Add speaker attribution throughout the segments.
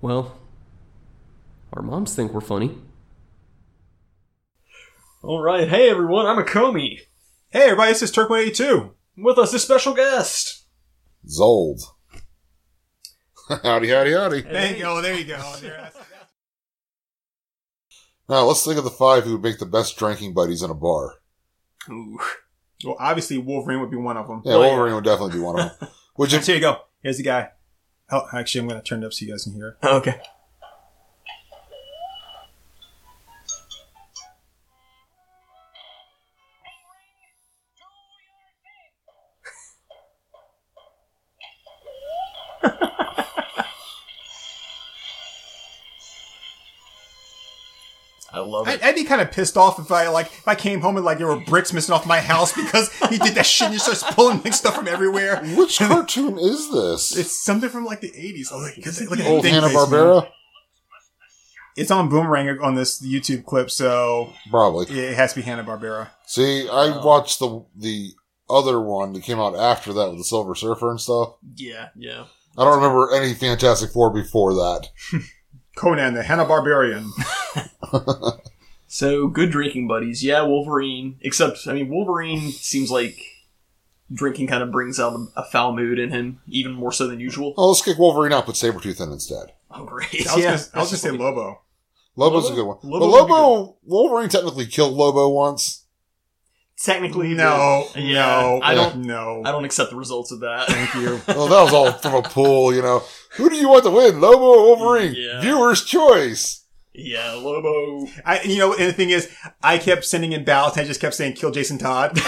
Speaker 1: Well, our moms think we're funny.
Speaker 2: All right, hey everyone, I'm a Comey.
Speaker 3: Hey everybody, this is E Turk182.
Speaker 2: With us, this special guest.
Speaker 4: Zold. howdy, howdy, howdy.
Speaker 3: There you go, there you go. Oh, There-
Speaker 4: Now let's think of the five who would make the best drinking buddies in a bar.
Speaker 2: Ooh.
Speaker 3: well, obviously Wolverine would be one of them.
Speaker 4: Yeah,
Speaker 2: Oh, yeah.
Speaker 4: Wolverine would definitely be one of them. Which
Speaker 3: Here
Speaker 4: if,
Speaker 3: you go. Here's the guy. Oh, actually, I'm going to turn it up so you guys can hear it.
Speaker 2: Okay. I love
Speaker 3: I'd,
Speaker 2: it.
Speaker 3: I'd be kind of pissed off if I like if I came home and like there were bricks missing off my house because he did that shit and just starts pulling like stuff from everywhere.
Speaker 4: which cartoon is this?
Speaker 3: It's something from like the 80s. Oh, look, look, look at
Speaker 4: Old
Speaker 3: the thing
Speaker 4: Hanna
Speaker 3: face, man.
Speaker 4: Barbera,
Speaker 3: It's on Boomerang on this YouTube clip, so
Speaker 4: probably.
Speaker 3: it has to be Hanna Barbera.
Speaker 4: See, I watched the the other one that came out after that with the Silver Surfer and stuff.
Speaker 2: Yeah, yeah.
Speaker 4: I don't remember any Fantastic Four before that.
Speaker 3: Conan the Hanna Barbarian.
Speaker 2: So good drinking buddies. Yeah, Wolverine. Except, I mean, Wolverine seems like drinking kind of brings out a- a foul mood in him, even more so than usual.
Speaker 4: Oh, let's kick Wolverine out, put Sabretooth in instead.
Speaker 2: Oh, great.
Speaker 3: I was
Speaker 2: yeah,
Speaker 3: gonna- I was going to say Lobo.
Speaker 4: Lobo's
Speaker 2: Lobo-
Speaker 4: a good one.
Speaker 2: Lobo
Speaker 4: but
Speaker 2: would be
Speaker 4: Lobo, Wolverine technically killed Lobo once.
Speaker 2: Technically,
Speaker 3: No,
Speaker 2: yeah. Yeah,
Speaker 3: no,
Speaker 2: I don't.
Speaker 3: no.
Speaker 2: I don't accept the results of that.
Speaker 3: Thank you.
Speaker 4: Well, that was all from a pool, you know. Who do you want to win, Lobo or Wolverine?
Speaker 2: Yeah.
Speaker 4: Viewer's choice.
Speaker 2: yeah, Lobo.
Speaker 3: I, you know, and the thing is, I kept sending in ballots. And I just kept saying, "Kill Jason Todd."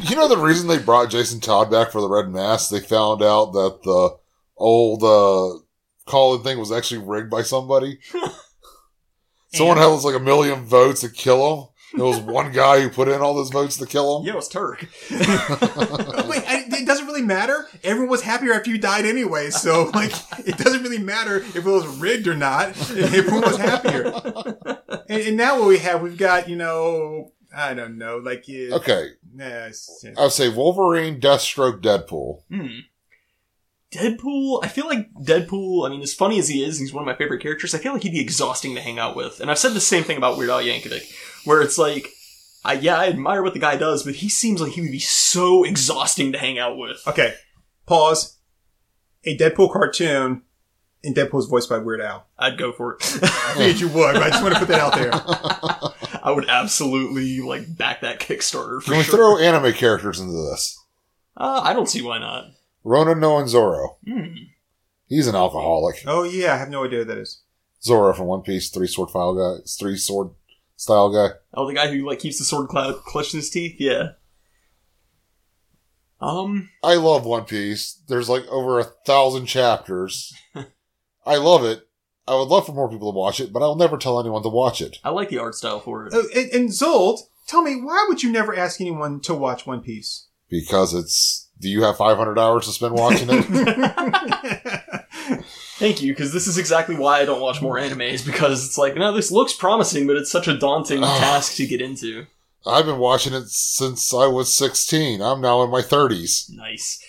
Speaker 4: You know the reason they brought Jason Todd back for the Red Mask? They found out that the old uh, Colin thing was actually rigged by somebody. Someone
Speaker 3: And-
Speaker 4: had like a million votes to kill him. There was one guy who put in all those votes to kill him.
Speaker 2: Yeah, it was Turk.
Speaker 3: Wait, I, it doesn't really matter. Everyone was happier after you died anyway, so like, it doesn't really matter if it was rigged or not. Everyone was happier. And, and now what we have, we've got you know, I don't know, like uh,
Speaker 4: Okay,
Speaker 3: nah, it's-
Speaker 4: I would say Wolverine, Deathstroke, Deadpool.
Speaker 2: Hmm. Deadpool. I feel like Deadpool. I mean, as funny as he is, he's one of my favorite characters. I feel like he'd be exhausting to hang out with. And I've said the same thing about Weird Al Yankovic, where it's like, I, yeah, I admire what the guy does, but he seems like he would be so exhausting to hang out with.
Speaker 3: okay. Pause. A Deadpool cartoon, and Deadpool's voiced by Weird Al.
Speaker 2: I'd go for it.
Speaker 3: I figured you would, but I just want to put that out there.
Speaker 2: I would absolutely like back that Kickstarter for
Speaker 4: Can we
Speaker 2: sure.
Speaker 4: throw anime characters into this?
Speaker 2: uh, I don't see why not.
Speaker 4: Ronan Noan Zoro.
Speaker 2: Hmm.
Speaker 4: He's an alcoholic.
Speaker 3: Oh yeah, I have no idea what that is.
Speaker 4: Zoro from One Piece, three sword file guy, three sword style guy.
Speaker 2: Oh, the guy who like keeps the sword cloud clutched in his teeth. Yeah. Um.
Speaker 4: I love One Piece. There's like over a thousand chapters. I love it. I would love for more people to watch it, but I'll never tell anyone to watch it.
Speaker 2: I like the art style for it.
Speaker 3: Oh, and, and Zold, tell me, why would you never ask anyone to watch One Piece?
Speaker 4: Because it's. Do you have 500 hours to spend watching it?
Speaker 2: Thank you, because this is exactly why I don't watch more animes, because it's like, no, this looks promising, but it's such a daunting
Speaker 4: Ugh.
Speaker 2: task to get into.
Speaker 4: I've been watching it since I was 16. I'm now in my 30s.
Speaker 2: Nice.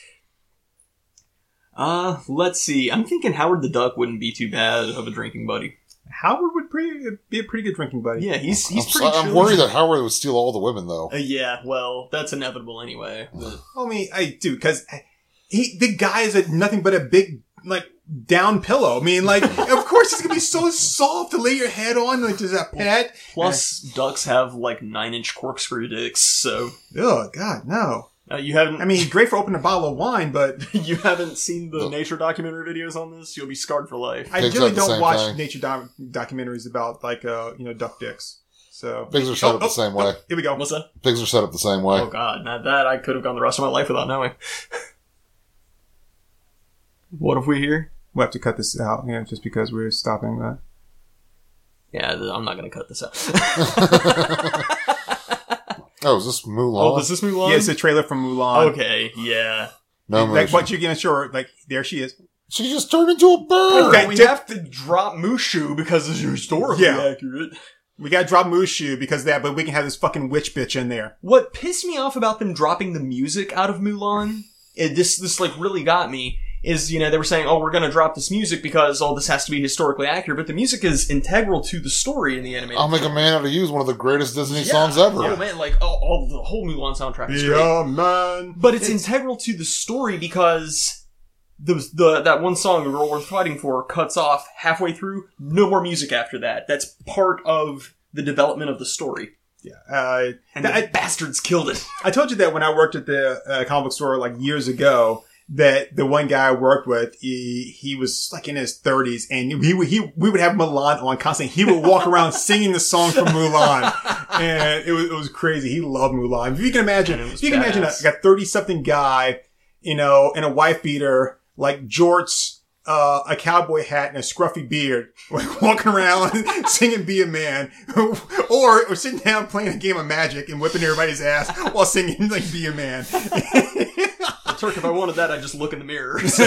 Speaker 2: Uh, let's see. I'm thinking Howard the Duck wouldn't be too bad of a drinking buddy.
Speaker 3: Howard would pretty, be a pretty good drinking buddy.
Speaker 2: Yeah, he's he's
Speaker 4: I'm,
Speaker 2: pretty.
Speaker 4: so- I'm
Speaker 2: chill.
Speaker 4: worried that Howard would steal all the women, though.
Speaker 2: Uh, yeah, well, that's inevitable anyway. but-
Speaker 3: I mean, I do because he the guy is a, nothing but a big like down pillow. I mean, like of course he's gonna be so soft to lay your head on like just a pet.
Speaker 2: Plus,
Speaker 4: Eh.
Speaker 2: ducks have like nine-inch corkscrew dicks, so
Speaker 3: Oh God, no.
Speaker 2: uh, you haven't.
Speaker 3: I mean, he's great for opening a bottle of wine, but
Speaker 2: you haven't seen the
Speaker 4: No.
Speaker 2: nature documentary videos on this. You'll be scarred for life.
Speaker 3: I
Speaker 4: Pigs
Speaker 3: really
Speaker 4: are the
Speaker 3: don't
Speaker 4: same
Speaker 3: watch
Speaker 4: thing.
Speaker 3: nature doc documentaries about like uh you know duck dicks. So
Speaker 4: Pigs are set
Speaker 3: Oh,
Speaker 4: up the
Speaker 3: oh,
Speaker 4: same
Speaker 3: oh,
Speaker 4: way.
Speaker 3: here we go.
Speaker 2: What's that?
Speaker 4: Pigs are set up the same way.
Speaker 2: Oh god, not that I could have gone the rest of my life without knowing. what if we hear?
Speaker 3: We'll have to cut this out, you know, just because we're stopping that.
Speaker 2: Yeah, th- I'm not gonna cut this out.
Speaker 4: Oh, is this Mulan?
Speaker 2: oh, does this Mulan?
Speaker 3: Yeah, it's a trailer from Mulan.
Speaker 2: okay, yeah.
Speaker 4: no,
Speaker 3: Like
Speaker 4: Mushu.
Speaker 3: once you get in shore, like there she is.
Speaker 4: She just turned into a bird!
Speaker 3: Okay.
Speaker 2: we
Speaker 3: dip-
Speaker 2: have to drop Mushu because it's historically
Speaker 3: Yeah.
Speaker 2: accurate.
Speaker 3: We gotta drop Mushu because of that, but we can have this fucking witch bitch in there.
Speaker 2: What pissed me off about them dropping the music out of Mulan, and this this like really got me, is you know they were saying oh we're going to drop this music because all this has to be historically accurate but the music is integral to the story in the animated
Speaker 4: I'll make a
Speaker 2: film.
Speaker 4: man out of you is one of the greatest Disney
Speaker 2: Yeah.
Speaker 4: Oh songs ever.
Speaker 2: oh man like all, all the whole Mulan soundtrack is
Speaker 3: Be
Speaker 2: great
Speaker 3: a man.
Speaker 2: but it's integral to the story because the, the that one song "Girl Worth Fighting For" cuts off halfway through. No more music after that. That's part of the development of the story.
Speaker 3: Yeah. Uh,
Speaker 2: And
Speaker 3: That-
Speaker 2: the bastards killed it.
Speaker 3: I told you that when I worked at the uh, comic book store like years ago, that the one guy I worked with, he, he was like in his 30s, and he, would- he we would have Mulan on constantly. He would walk around singing the song from Mulan, and it was, it was crazy. He loved Mulan. If you can imagine,
Speaker 2: And it was
Speaker 3: if you can imagine a-
Speaker 2: badass.
Speaker 3: like a 30 something guy, you know, in a wife beater, like jorts. Uh, a cowboy hat and a scruffy beard, like walking around singing "Be a Man," or or sitting down playing a game of Magic and whipping everybody's ass while singing like "Be a Man."
Speaker 2: Turk, if I wanted that, I'd just look in the mirror. So,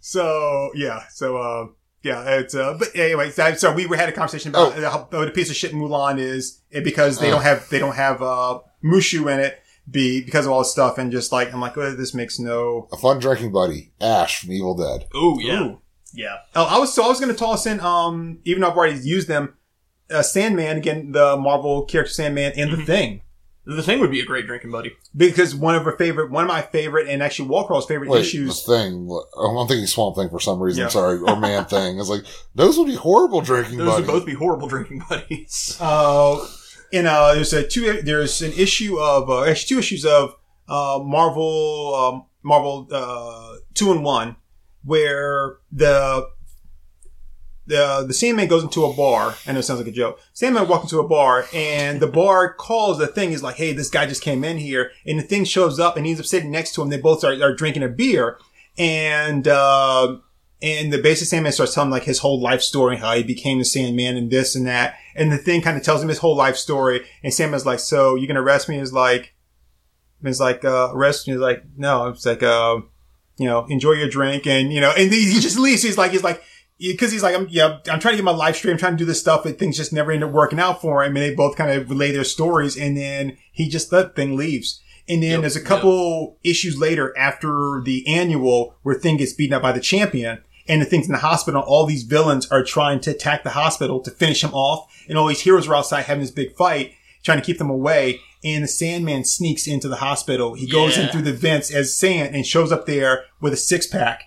Speaker 3: so yeah, so uh, yeah, it's uh, but anyway, so, so we were had a conversation about how, how the piece of shit Mulan is, and because they
Speaker 4: Uh.
Speaker 3: don't have they don't have uh Mushu in it, be because of all this stuff, and just like I'm like, oh, this makes no.
Speaker 4: A fun drinking buddy, Ash from Evil Dead.
Speaker 2: oh yeah,
Speaker 3: Ooh.
Speaker 2: yeah.
Speaker 3: Oh, I was so I was going to toss in um even though I've already used them, uh, Sandman again, the Marvel character Sandman and
Speaker 4: Mm-hmm.
Speaker 3: the Thing.
Speaker 2: The thing would be a great drinking buddy.
Speaker 3: Because one of her favorite, one of my favorite, and actually Walcraw's favorite
Speaker 4: Wait,
Speaker 3: issues.
Speaker 4: the thing. Oh, I'm thinking Swamp Thing for some reason.
Speaker 3: Yeah.
Speaker 4: Sorry, or Man Thing. It's like those would be horrible drinking
Speaker 2: Those
Speaker 4: buddies.
Speaker 2: would both be horrible drinking buddies.
Speaker 3: Uh, and uh, there's a two. There's an issue of uh, actually two issues of uh, Marvel um, Marvel uh, two and one, where the the the Sandman goes into a bar. I know it sounds like a joke. Sandman walks into a bar, and the bar calls the thing. He's like, "Hey, this guy just came in here," and the thing shows up, and he's sitting next to him. They both are, are drinking a beer, and. Uh, and the basic Sandman starts telling like his whole life story, how he became the Sandman and this and that. And the thing kind of tells him his whole life story. And Sandman's like, "So you gonna arrest me?" Is like, is like uh, arrest me? Is like, no. It's like, uh, you know, enjoy your drink and you know. And he he just leaves. He's like, he's like, because he's like, I'm yeah, I'm trying to get my live stream, I'm trying to do this stuff, but things just never end up working out for him. And they both kind of relay their stories, and then he just that thing leaves. And then
Speaker 2: Yep,
Speaker 3: there's a
Speaker 2: yep.
Speaker 3: couple issues later after the annual where Thing gets beaten up by the champion and the things in the hospital. All these villains are trying to attack the hospital to finish him off, and all these heroes are outside having this big fight, trying to keep them away. And the Sandman sneaks into the hospital. He goes in
Speaker 2: Yeah.
Speaker 3: through the vents as sand and shows up there with a six pack.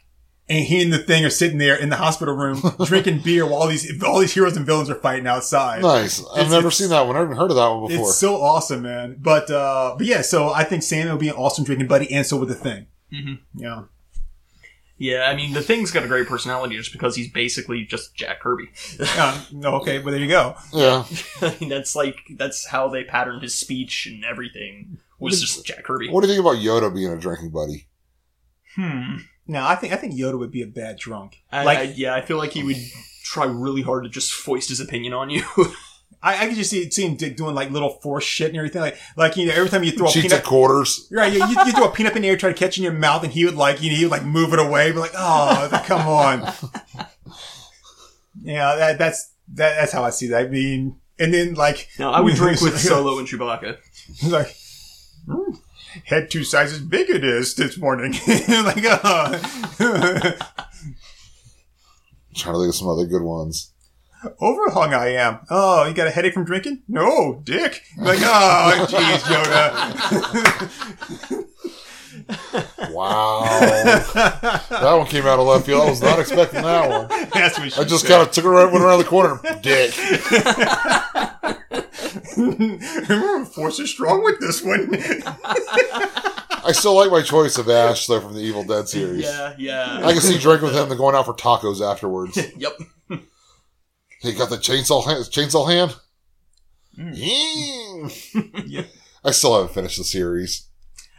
Speaker 3: And he and the thing are sitting there in the hospital room drinking beer while all these all these heroes and villains are fighting outside.
Speaker 4: Nice. I've
Speaker 3: It's-
Speaker 4: never
Speaker 3: it's-
Speaker 4: seen that one. I haven't heard of that one before.
Speaker 3: It's so awesome, man. But uh, but yeah, so I think Sandman would be an awesome drinking buddy, and so would the thing.
Speaker 2: Mhm.
Speaker 3: Yeah.
Speaker 2: Yeah, I mean the thing's got a great personality just because he's basically just Jack Kirby.
Speaker 3: Uh, no, okay, but there you go.
Speaker 4: yeah.
Speaker 2: I mean, that's like that's how they patterned his speech and everything was just Jack Kirby.
Speaker 4: What do you think about Yoda being a drinking buddy?
Speaker 2: Hmm.
Speaker 3: No, I think I think Yoda would be a bad drunk.
Speaker 2: I,
Speaker 3: like
Speaker 2: I- yeah, I feel like he would try really hard to just foist his opinion on you.
Speaker 3: I, I could just see, see him d- doing like little force shit and everything. Like like you know, every time you throw a
Speaker 4: Cheats at
Speaker 3: peanut,
Speaker 4: quarters.
Speaker 3: right? You, you, you throw a peanut in the air, try to catch it in your mouth, and he would like you know, he would like move it away, be like, oh, come on. yeah, that that's that, that's how I see that. I mean, and then like
Speaker 2: no, I would drink with Solo and Chewbacca.
Speaker 3: like. "Hmm, Head two sizes big it is this morning. like, uh,
Speaker 4: I'm trying to think of some other good ones.
Speaker 3: overhung I am. Oh, you got a headache from drinking? No, dick. Like, oh, jeez, Yoda.
Speaker 4: Wow. that one came out of left field. I was not expecting that one.
Speaker 3: That's what she
Speaker 4: I just
Speaker 3: said.
Speaker 4: kind of took it right, went around the corner. Dick.
Speaker 3: Force is strong with this one.
Speaker 4: I still like my choice of Ash, though, from the Evil Dead series.
Speaker 2: Yeah, yeah.
Speaker 4: I can see drinking with him and going out for tacos afterwards.
Speaker 2: yep.
Speaker 4: He got the chainsaw hand, chainsaw hand.
Speaker 2: Mm.
Speaker 4: Eeeem.
Speaker 3: Yeah.
Speaker 4: I still haven't finished the series.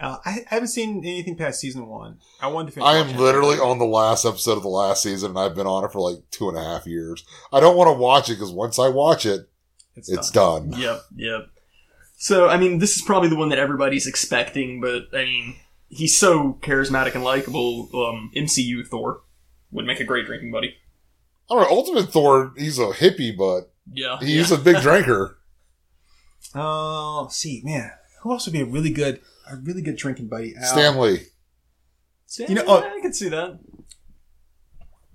Speaker 3: Uh, I, I haven't seen anything past season one. I wanted to finish.
Speaker 4: I am
Speaker 3: watching it.
Speaker 4: literally on the last episode of the last season, and I've been on it for like two and a half years. I don't want to watch it because once I watch it,
Speaker 3: It's,
Speaker 4: it's
Speaker 3: done.
Speaker 4: done.
Speaker 2: Yep, yep. So, I mean, this is probably the one that everybody's expecting, but I mean, he's so charismatic and likable. Um, MCU Thor would make a great drinking buddy.
Speaker 4: I don't know. Ultimate Thor, he's a hippie, but
Speaker 2: Yeah.
Speaker 4: he's a big drinker.
Speaker 3: Oh, see, man, who else would be a really good, a really good drinking buddy? Al.
Speaker 4: Stanley.
Speaker 2: So,
Speaker 3: You know,
Speaker 2: yeah,
Speaker 3: oh-
Speaker 2: I could see that.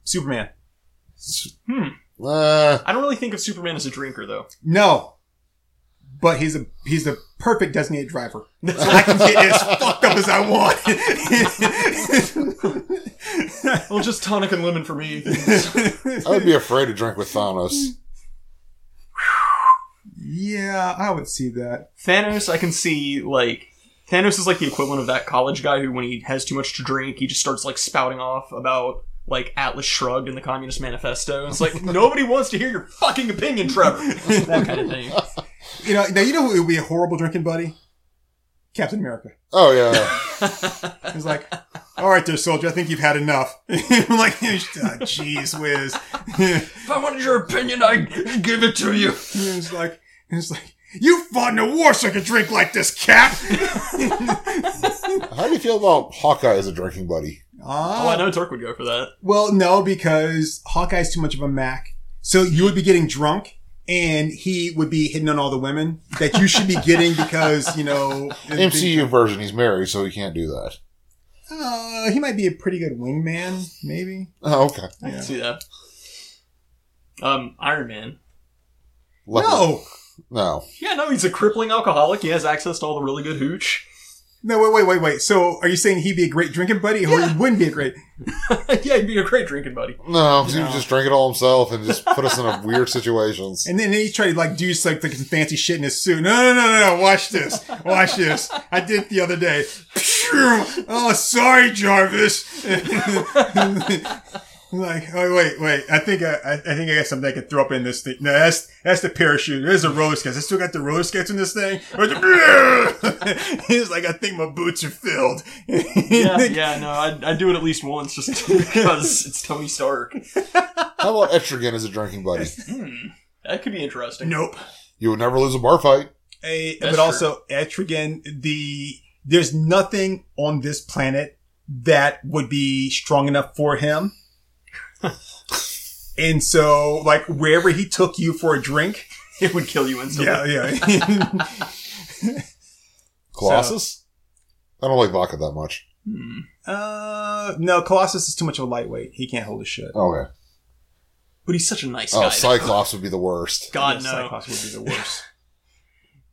Speaker 3: Superman.
Speaker 2: Hmm.
Speaker 4: Uh,
Speaker 2: I don't really think of Superman as a drinker, though.
Speaker 3: No. But he's a he's the perfect designated driver. So I can get as fucked up as I want.
Speaker 2: Well, just tonic and lemon for me.
Speaker 4: I would be afraid to drink with Thanos.
Speaker 3: yeah, I would see that.
Speaker 2: Thanos, I can see like Thanos is like the equivalent of that college guy who, when he has too much to drink, he just starts like spouting off about like Atlas Shrugged in the Communist Manifesto. And it's like nobody wants to hear your fucking opinion, Trevor. that kind of thing.
Speaker 3: You know, now you know who would be a horrible drinking buddy? Captain America.
Speaker 4: Oh yeah,
Speaker 3: He's like, all right, there, soldier. I think you've had enough. I'm like, "Ah, jeez, whiz.
Speaker 2: If I wanted your opinion, I'd give it to you.
Speaker 3: He's like, he's like, you fought in a war, so I could drink like this, Cap.
Speaker 4: how do you feel about Hawkeye as a drinking buddy?
Speaker 2: Oh, I
Speaker 3: Ah,
Speaker 2: know Turk would go for that.
Speaker 3: well, no, because Hawkeye's too much of a mac. So you would be getting drunk, and he would be hitting on all the women that you should be getting because you know
Speaker 4: MCU version, he's married, so he can't do that.
Speaker 3: Uh, he might be a pretty good wingman, maybe.
Speaker 4: Oh, okay.
Speaker 2: I
Speaker 3: Yeah.
Speaker 2: can see that. Um, Iron Man.
Speaker 4: Luckily-
Speaker 3: No,
Speaker 4: no.
Speaker 2: Yeah, no, he's a crippling alcoholic. He has access to all the really good hooch.
Speaker 3: no, wait, wait, wait, wait. So are you saying he'd be a great drinking buddy, or
Speaker 2: Yeah.
Speaker 3: he wouldn't be a great?
Speaker 2: yeah, he'd be a great drinking buddy.
Speaker 4: No, 'cause he
Speaker 3: No.
Speaker 4: would just drink it all himself and just put us in a weird situations.
Speaker 3: And then he tried to like do like, like some fancy shit in his suit. No, no, no, no, no. Watch this. Watch this. I did it the other day. Phew. Oh, sorry, Jarvis. like, oh wait, wait. I think I, I I think I got something I could throw up in this thing. No, that's that's the parachute. There's the roller skates. I still got the roller skates in this thing. He's like, I think my boots are filled.
Speaker 2: yeah, yeah, no, I'd, I'd do it at least once just because it's Tony Stark.
Speaker 4: How about Etrigan as a drinking buddy?
Speaker 2: Hmm, that could be interesting.
Speaker 3: Nope.
Speaker 4: You would never lose a bar fight.
Speaker 3: A,
Speaker 2: That's
Speaker 3: but also Etrigan, the there's nothing on this planet that would be strong enough for him. and so, like wherever he took you for a drink,
Speaker 2: It would kill you instantly.
Speaker 3: yeah, yeah.
Speaker 4: Colossus? I don't like vodka that much.
Speaker 2: Hmm.
Speaker 3: uh, no, Colossus is too much of a lightweight. He can't hold his shit.
Speaker 4: Okay.
Speaker 2: But he's such a nice
Speaker 4: Oh,
Speaker 2: guy.
Speaker 4: Cyclops would be the worst.
Speaker 2: God,
Speaker 3: Yeah,
Speaker 2: no.
Speaker 3: Cyclops would be the worst.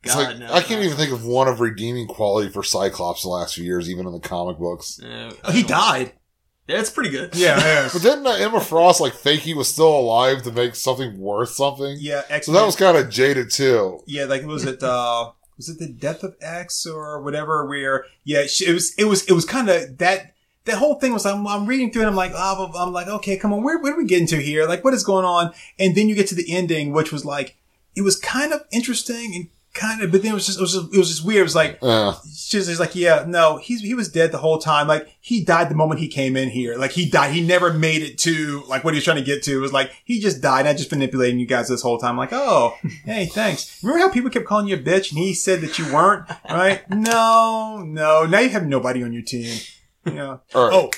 Speaker 4: It's
Speaker 2: God,
Speaker 4: like,
Speaker 2: no.
Speaker 4: I can't even think of one of redeeming quality for Cyclops the last few years, even in the comic books.
Speaker 2: No, I
Speaker 3: he
Speaker 2: don't-
Speaker 3: died.
Speaker 2: That's pretty good.
Speaker 3: Yeah, yeah,
Speaker 4: But didn't uh, Emma Frost like think he was still alive to make something worth something?
Speaker 3: yeah. X.
Speaker 4: So that was kind of jaded too.
Speaker 3: Yeah, like was it uh was it the death of X or whatever? Where yeah, she, it was it was it was kind of that that whole thing was I'm, I'm reading through it. I'm like ah, blah, blah. I'm like okay, come on, where where are we getting to here? Like what is going on? And then you get to the ending, which was like it was kind of interesting and kind of, but then it was just it was just, it was just weird. It was like
Speaker 4: Uh,
Speaker 3: she's just like yeah, no, he's he was dead the whole time. Like he died the moment he came in here. Like he died. He never made it to like what he was trying to get to. It was like he just died. And I just manipulating you guys this whole time. Like oh. Hey, thanks. Remember how people kept calling you a bitch and he said that you weren't? Right? No, no. Now you have nobody on your team. Yeah.
Speaker 4: all right.
Speaker 3: Oh,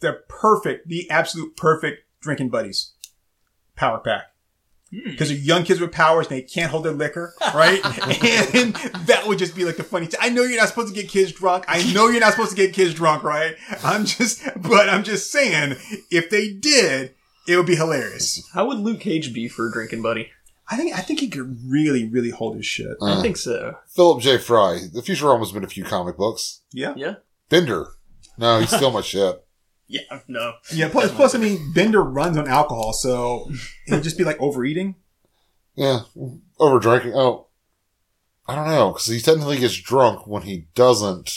Speaker 3: they're perfect, the absolute perfect drinking buddies. Power pack. Because they're young kids with powers and they can't hold their liquor, right? and that would just be like the funny. T- I know you're not supposed to get kids drunk. I know you're not supposed to get kids drunk, right? I'm just, but I'm just saying, if they did, it would be hilarious.
Speaker 2: How would Luke Cage be for a drinking buddy?
Speaker 3: I think I think he could really, really hold his shit.
Speaker 2: I
Speaker 4: Uh,
Speaker 2: think so.
Speaker 4: Philip J. Fry. The Futurama's been a few comic books.
Speaker 3: Yeah,
Speaker 2: Yeah?
Speaker 4: Bender. No, he's still my shit.
Speaker 2: Yeah, no.
Speaker 3: yeah. Plus, plus, I mean, Bender runs on alcohol, so he'd just be like overeating.
Speaker 4: Yeah, over drinking. Oh, I don't know because he technically gets drunk when he doesn't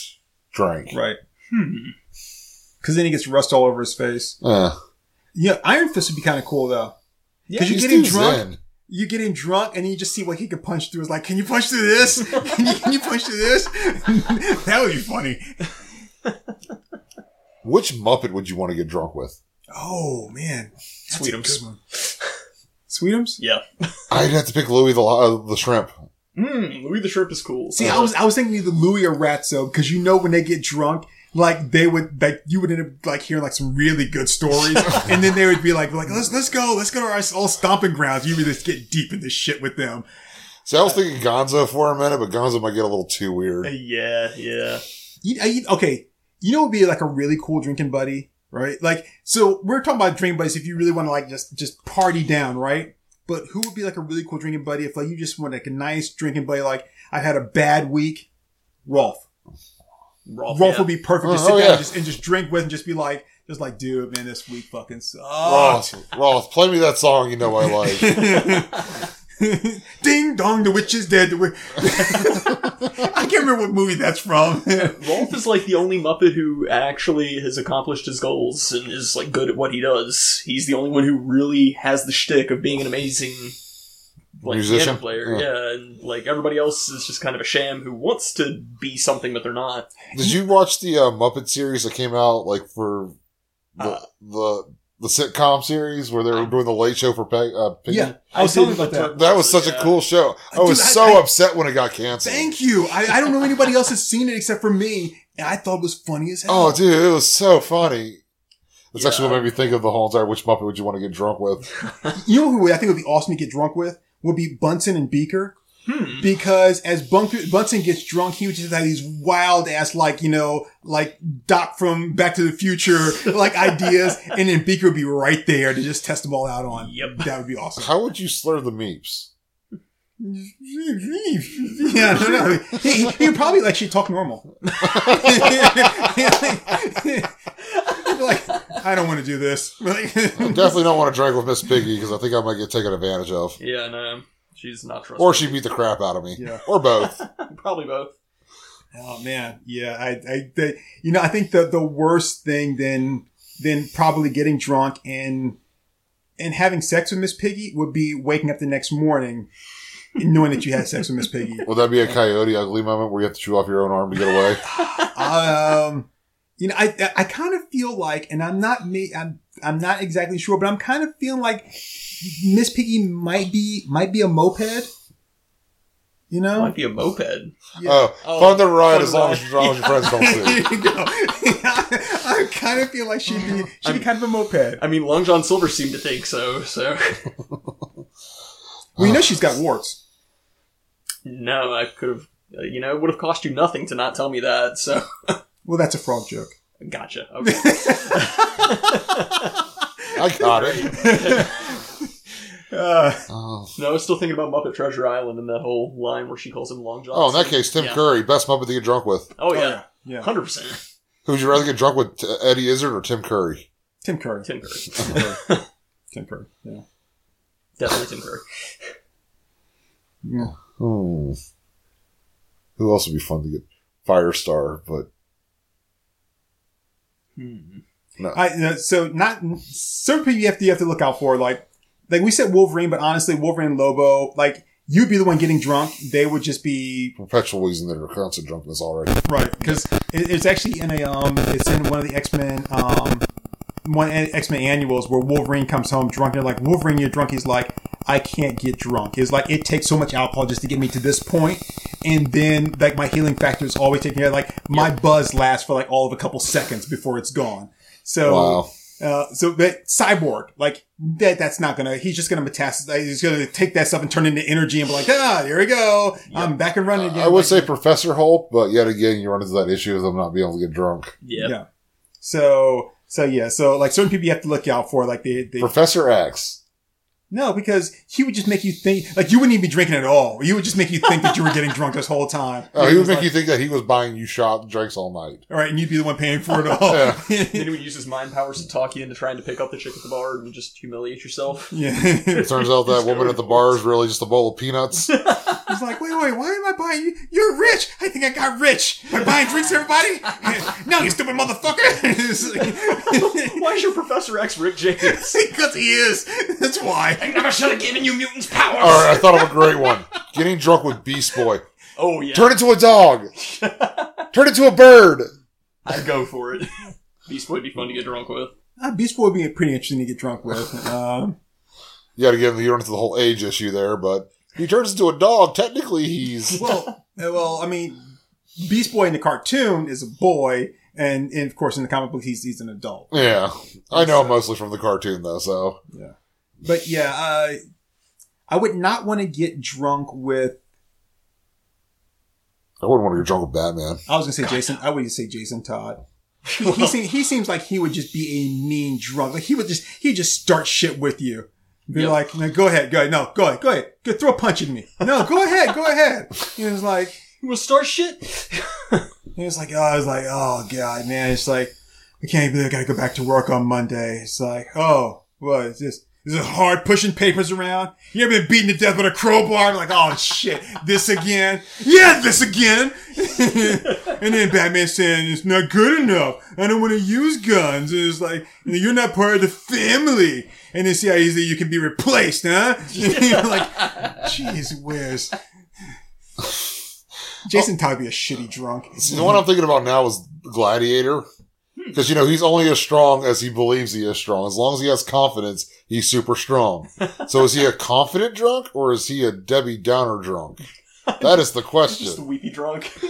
Speaker 4: drink.
Speaker 3: Right. Hmm. Because then he gets rust all over his face.
Speaker 4: Uh,
Speaker 3: Yeah, Iron Fist would be kind of cool though.
Speaker 2: Yeah,
Speaker 3: Because
Speaker 4: he's
Speaker 3: you get him
Speaker 4: too
Speaker 3: drunk,
Speaker 4: zen.
Speaker 3: you get him drunk, and you just see what he could punch through. It's like, can you punch through this? can, you, can you punch through this? that would be funny.
Speaker 4: Which Muppet would you want to get drunk with?
Speaker 3: Oh man, That's a
Speaker 2: Sweetums.
Speaker 3: good one. Sweetums.
Speaker 2: Yeah.
Speaker 4: I'd have to pick Louis the uh, the Shrimp.
Speaker 2: Mm, Louis the Shrimp is cool.
Speaker 3: See, I was I was thinking either Louis or Ratso because you know when they get drunk, like they would like you would end up like hearing like some really good stories, and then they would be like like let's let's go let's go to our old stomping grounds. You would just get deep into shit with them.
Speaker 4: See,
Speaker 3: Uh,
Speaker 4: I was thinking Gonzo for a minute, but Gonzo might get a little too
Speaker 2: Uh,
Speaker 4: weird.
Speaker 2: yeah, yeah.
Speaker 3: You, I, you- okay, you know, what would be like a really cool drinking buddy, right? Like, so we're talking about drinking buddies if you really want to like just, just party down, right? But who would be like a really cool drinking buddy if like you just want like a nice drinking buddy? Like, I've had a bad week. Rolf.
Speaker 2: Rolf,
Speaker 3: Rolf
Speaker 2: yeah.
Speaker 3: would be perfect to
Speaker 4: Oh,
Speaker 3: sit
Speaker 4: oh,
Speaker 3: down
Speaker 4: yeah.
Speaker 3: and, just, and just drink with and just be like, just like, dude, man, this week fucking sucks.
Speaker 4: Roth, Roth, play me that song you know I like.
Speaker 3: Ding dong, the witch is dead. The wi- I can't remember what movie that's from.
Speaker 2: Rolf is like the only Muppet who actually has accomplished his goals and is like good at what he does. He's the only one who really has the shtick of being an amazing like
Speaker 4: Musician?
Speaker 2: piano player.
Speaker 4: Yeah.
Speaker 2: Yeah. and like everybody else is just kind of a sham who wants to be something but they're not.
Speaker 4: Did you watch the uh, Muppet series that came out like for the
Speaker 2: Uh,
Speaker 4: the, the sitcom series where they were doing the late show for Peg? Uh, Piggy?
Speaker 3: Uh. yeah, I was
Speaker 2: did
Speaker 3: telling you about
Speaker 2: look
Speaker 3: that.
Speaker 2: up-
Speaker 4: That was such a
Speaker 2: yeah.
Speaker 4: cool show. I was
Speaker 3: Dude, I-
Speaker 4: so
Speaker 3: I-
Speaker 4: upset when it got canceled.
Speaker 3: Thank you. I, I don't know anybody else has seen it except for me, and I thought it was funny as hell.
Speaker 4: Oh, dude, it was so funny. That's actually
Speaker 2: Yeah.
Speaker 4: what made me think of the whole entire which Muppet would you want to get drunk with?
Speaker 3: You know who I think would be awesome to get drunk with would be Bunsen and Beaker.
Speaker 2: Hmm.
Speaker 3: Because as Bunk- Bunsen gets drunk, he would just have these wild ass, like, you know, like Doc from Back to the Future, like ideas. And then Beaker would be right there to just test them all out on.
Speaker 2: Yep.
Speaker 3: That would be awesome.
Speaker 4: How would you slur the meeps?
Speaker 3: yeah, no, no. He, he would probably like she talk normal. like, I don't want to do this. Like,
Speaker 4: I definitely don't want to drink with Miss Piggy because I think I might get taken advantage of.
Speaker 2: Yeah, no. She's not trustworthy.
Speaker 4: Or she beat the crap out of me.
Speaker 3: yeah.
Speaker 4: Or both.
Speaker 2: probably both.
Speaker 3: Oh man, yeah. I, I, the, you know, I think the the worst thing than than probably getting drunk and and having sex with Miss Piggy would be waking up the next morning and knowing that you had sex with Miss Piggy.
Speaker 4: Would that be a coyote ugly moment where you have to chew off your own arm to get away?
Speaker 3: um, you know, I I kind of feel like, and I'm not me, I'm I'm not exactly sure, but I'm kind of feeling like Miss Piggy might be might be a moped. You know,
Speaker 2: Might be a moped.
Speaker 3: Yeah.
Speaker 4: Oh,
Speaker 2: Oh,
Speaker 4: fun to ride
Speaker 2: fun
Speaker 4: as
Speaker 2: to
Speaker 4: long
Speaker 2: ride.
Speaker 4: as, as, long as your friends don't
Speaker 3: there
Speaker 4: see.
Speaker 3: you go. I, kind of feel like she'd be she'd be
Speaker 2: I'm-
Speaker 3: kind of a moped.
Speaker 2: I mean, Long John Silver seemed to think so. So
Speaker 3: We know she's got warts.
Speaker 2: no, I could have. uh, You know, it would have cost you nothing to not tell me that. So
Speaker 3: Well, that's a frog joke.
Speaker 2: gotcha. Okay.
Speaker 4: I got it.
Speaker 3: Uh,
Speaker 4: Oh,
Speaker 2: No, I was still thinking about Muppet Treasure Island and that whole line where she calls him Long John.
Speaker 4: Oh, in that case, Tim
Speaker 2: Yeah.
Speaker 4: Curry, best Muppet to get drunk with.
Speaker 2: Oh,
Speaker 3: oh,
Speaker 2: yeah.
Speaker 3: yeah, yeah.
Speaker 2: 100%.
Speaker 4: Who would you rather get drunk with, T- Eddie Izzard or Tim Curry?
Speaker 3: Tim Curry.
Speaker 2: Tim Curry.
Speaker 3: Tim Curry. Tim Curry. Yeah.
Speaker 2: Definitely Tim Curry.
Speaker 3: yeah.
Speaker 4: Hmm. Who else would be fun to get? Firestar, but
Speaker 3: I, no, so not certain people you have to you have to look out for. Like like we said Wolverine, but honestly Wolverine and Lobo, like you'd be the one getting drunk. They would just be
Speaker 4: perpetually using their constant drunkenness already.
Speaker 3: right because it, it's actually in a um it's in one of the X Men um one X Men annuals where Wolverine comes home drunk. They're like Wolverine, you're drunk. He's like I can't get drunk. It's like it takes so much alcohol just to get me to this point, and then like my healing factor is always taken care. of. Like my buzz lasts for like all of a couple seconds before it's gone. So
Speaker 4: Wow.
Speaker 3: uh, so that cyborg, like that, that's not gonna. He's just gonna metastasize. He's gonna take that stuff and turn it into energy and be like, ah, here we go. I'm back and running again.
Speaker 4: I would
Speaker 3: Like,
Speaker 4: say Professor Hulk, but yet again, you run into that issue of them not being able to get drunk.
Speaker 2: Yeah.
Speaker 3: Yeah. so. So yeah. So like certain people you have to look out for. Like they, they
Speaker 4: Professor X.
Speaker 3: no, because he would just make you think like you wouldn't even be drinking at all. You would just make you think that you were getting drunk this whole time.
Speaker 4: Oh, he would make
Speaker 3: Like,
Speaker 4: you think that he was buying you shot drinks all night.
Speaker 3: all right, and you'd be the one paying for it all.
Speaker 4: Yeah.
Speaker 2: Then he would use his mind powers to talk you into trying to pick up the chick at the bar and just humiliate yourself.
Speaker 3: yeah.
Speaker 4: It turns out that
Speaker 2: He's
Speaker 4: woman
Speaker 2: going
Speaker 4: at the
Speaker 2: for
Speaker 4: bar
Speaker 2: it.
Speaker 4: is really just a bowl of peanuts.
Speaker 3: He's like, wait, wait, why am I buying you? You're rich. I think I got rich. Am I buying drinks, everybody? no, you stupid motherfucker. It's like-
Speaker 2: Why is your Professor X Rick James?
Speaker 3: because he is. That's why.
Speaker 2: never should have given you mutants powers!
Speaker 4: All right, I thought of a great one. Getting drunk with Beast Boy.
Speaker 2: Oh, yeah.
Speaker 4: Turn into a dog. Turn into a bird.
Speaker 2: I'd go for it. Beast Boy would be fun to get drunk with.
Speaker 3: Uh, Beast Boy would be pretty interesting to get drunk with. Um,
Speaker 4: Yeah, again, you run into the whole age issue there, but he turns into a dog. Technically, he's
Speaker 3: well, uh, well, I mean, Beast Boy in the cartoon is a boy, and, and of course in the comic book he's he's an adult.
Speaker 4: yeah. I know him mostly from the cartoon though, so
Speaker 3: But yeah, uh, I would not want to get drunk with.
Speaker 4: I wouldn't want to get drunk with Batman.
Speaker 3: I was gonna say Jason. I would say Jason Todd. He, he, seem, he seems like he would just be a mean drunk. Like he would just he just start shit with you. Be
Speaker 2: Yep.
Speaker 3: like, no, go ahead, go ahead, no, go ahead, go ahead, go, throw a punch at me. No, go ahead, go ahead. He was like,
Speaker 2: You want to start shit?
Speaker 3: he was like, oh, I was like, oh god, man, it's like I can't believe I gotta go back to work on Monday. It's like, oh, what is this? Is it hard pushing papers around? You ever been beaten to death with a crowbar? I'm like, oh shit, this again? Yeah, this again. and then Batman saying it's not good enough. I don't want to use guns. And it's like you're not part of the family. And then see how easily you can be replaced, huh? you're like, jeez, where's Jason Todd would be a shitty drunk.
Speaker 4: See, the one I'm thinking about now is Gladiator.
Speaker 2: Hmm.
Speaker 4: Because, you know, he's only as strong as he believes he is strong. As long as he has confidence, he's super strong. So is he a confident drunk or is he a Debbie Downer drunk? That is
Speaker 2: Just
Speaker 4: the
Speaker 2: a
Speaker 4: question.
Speaker 2: weepy drunk.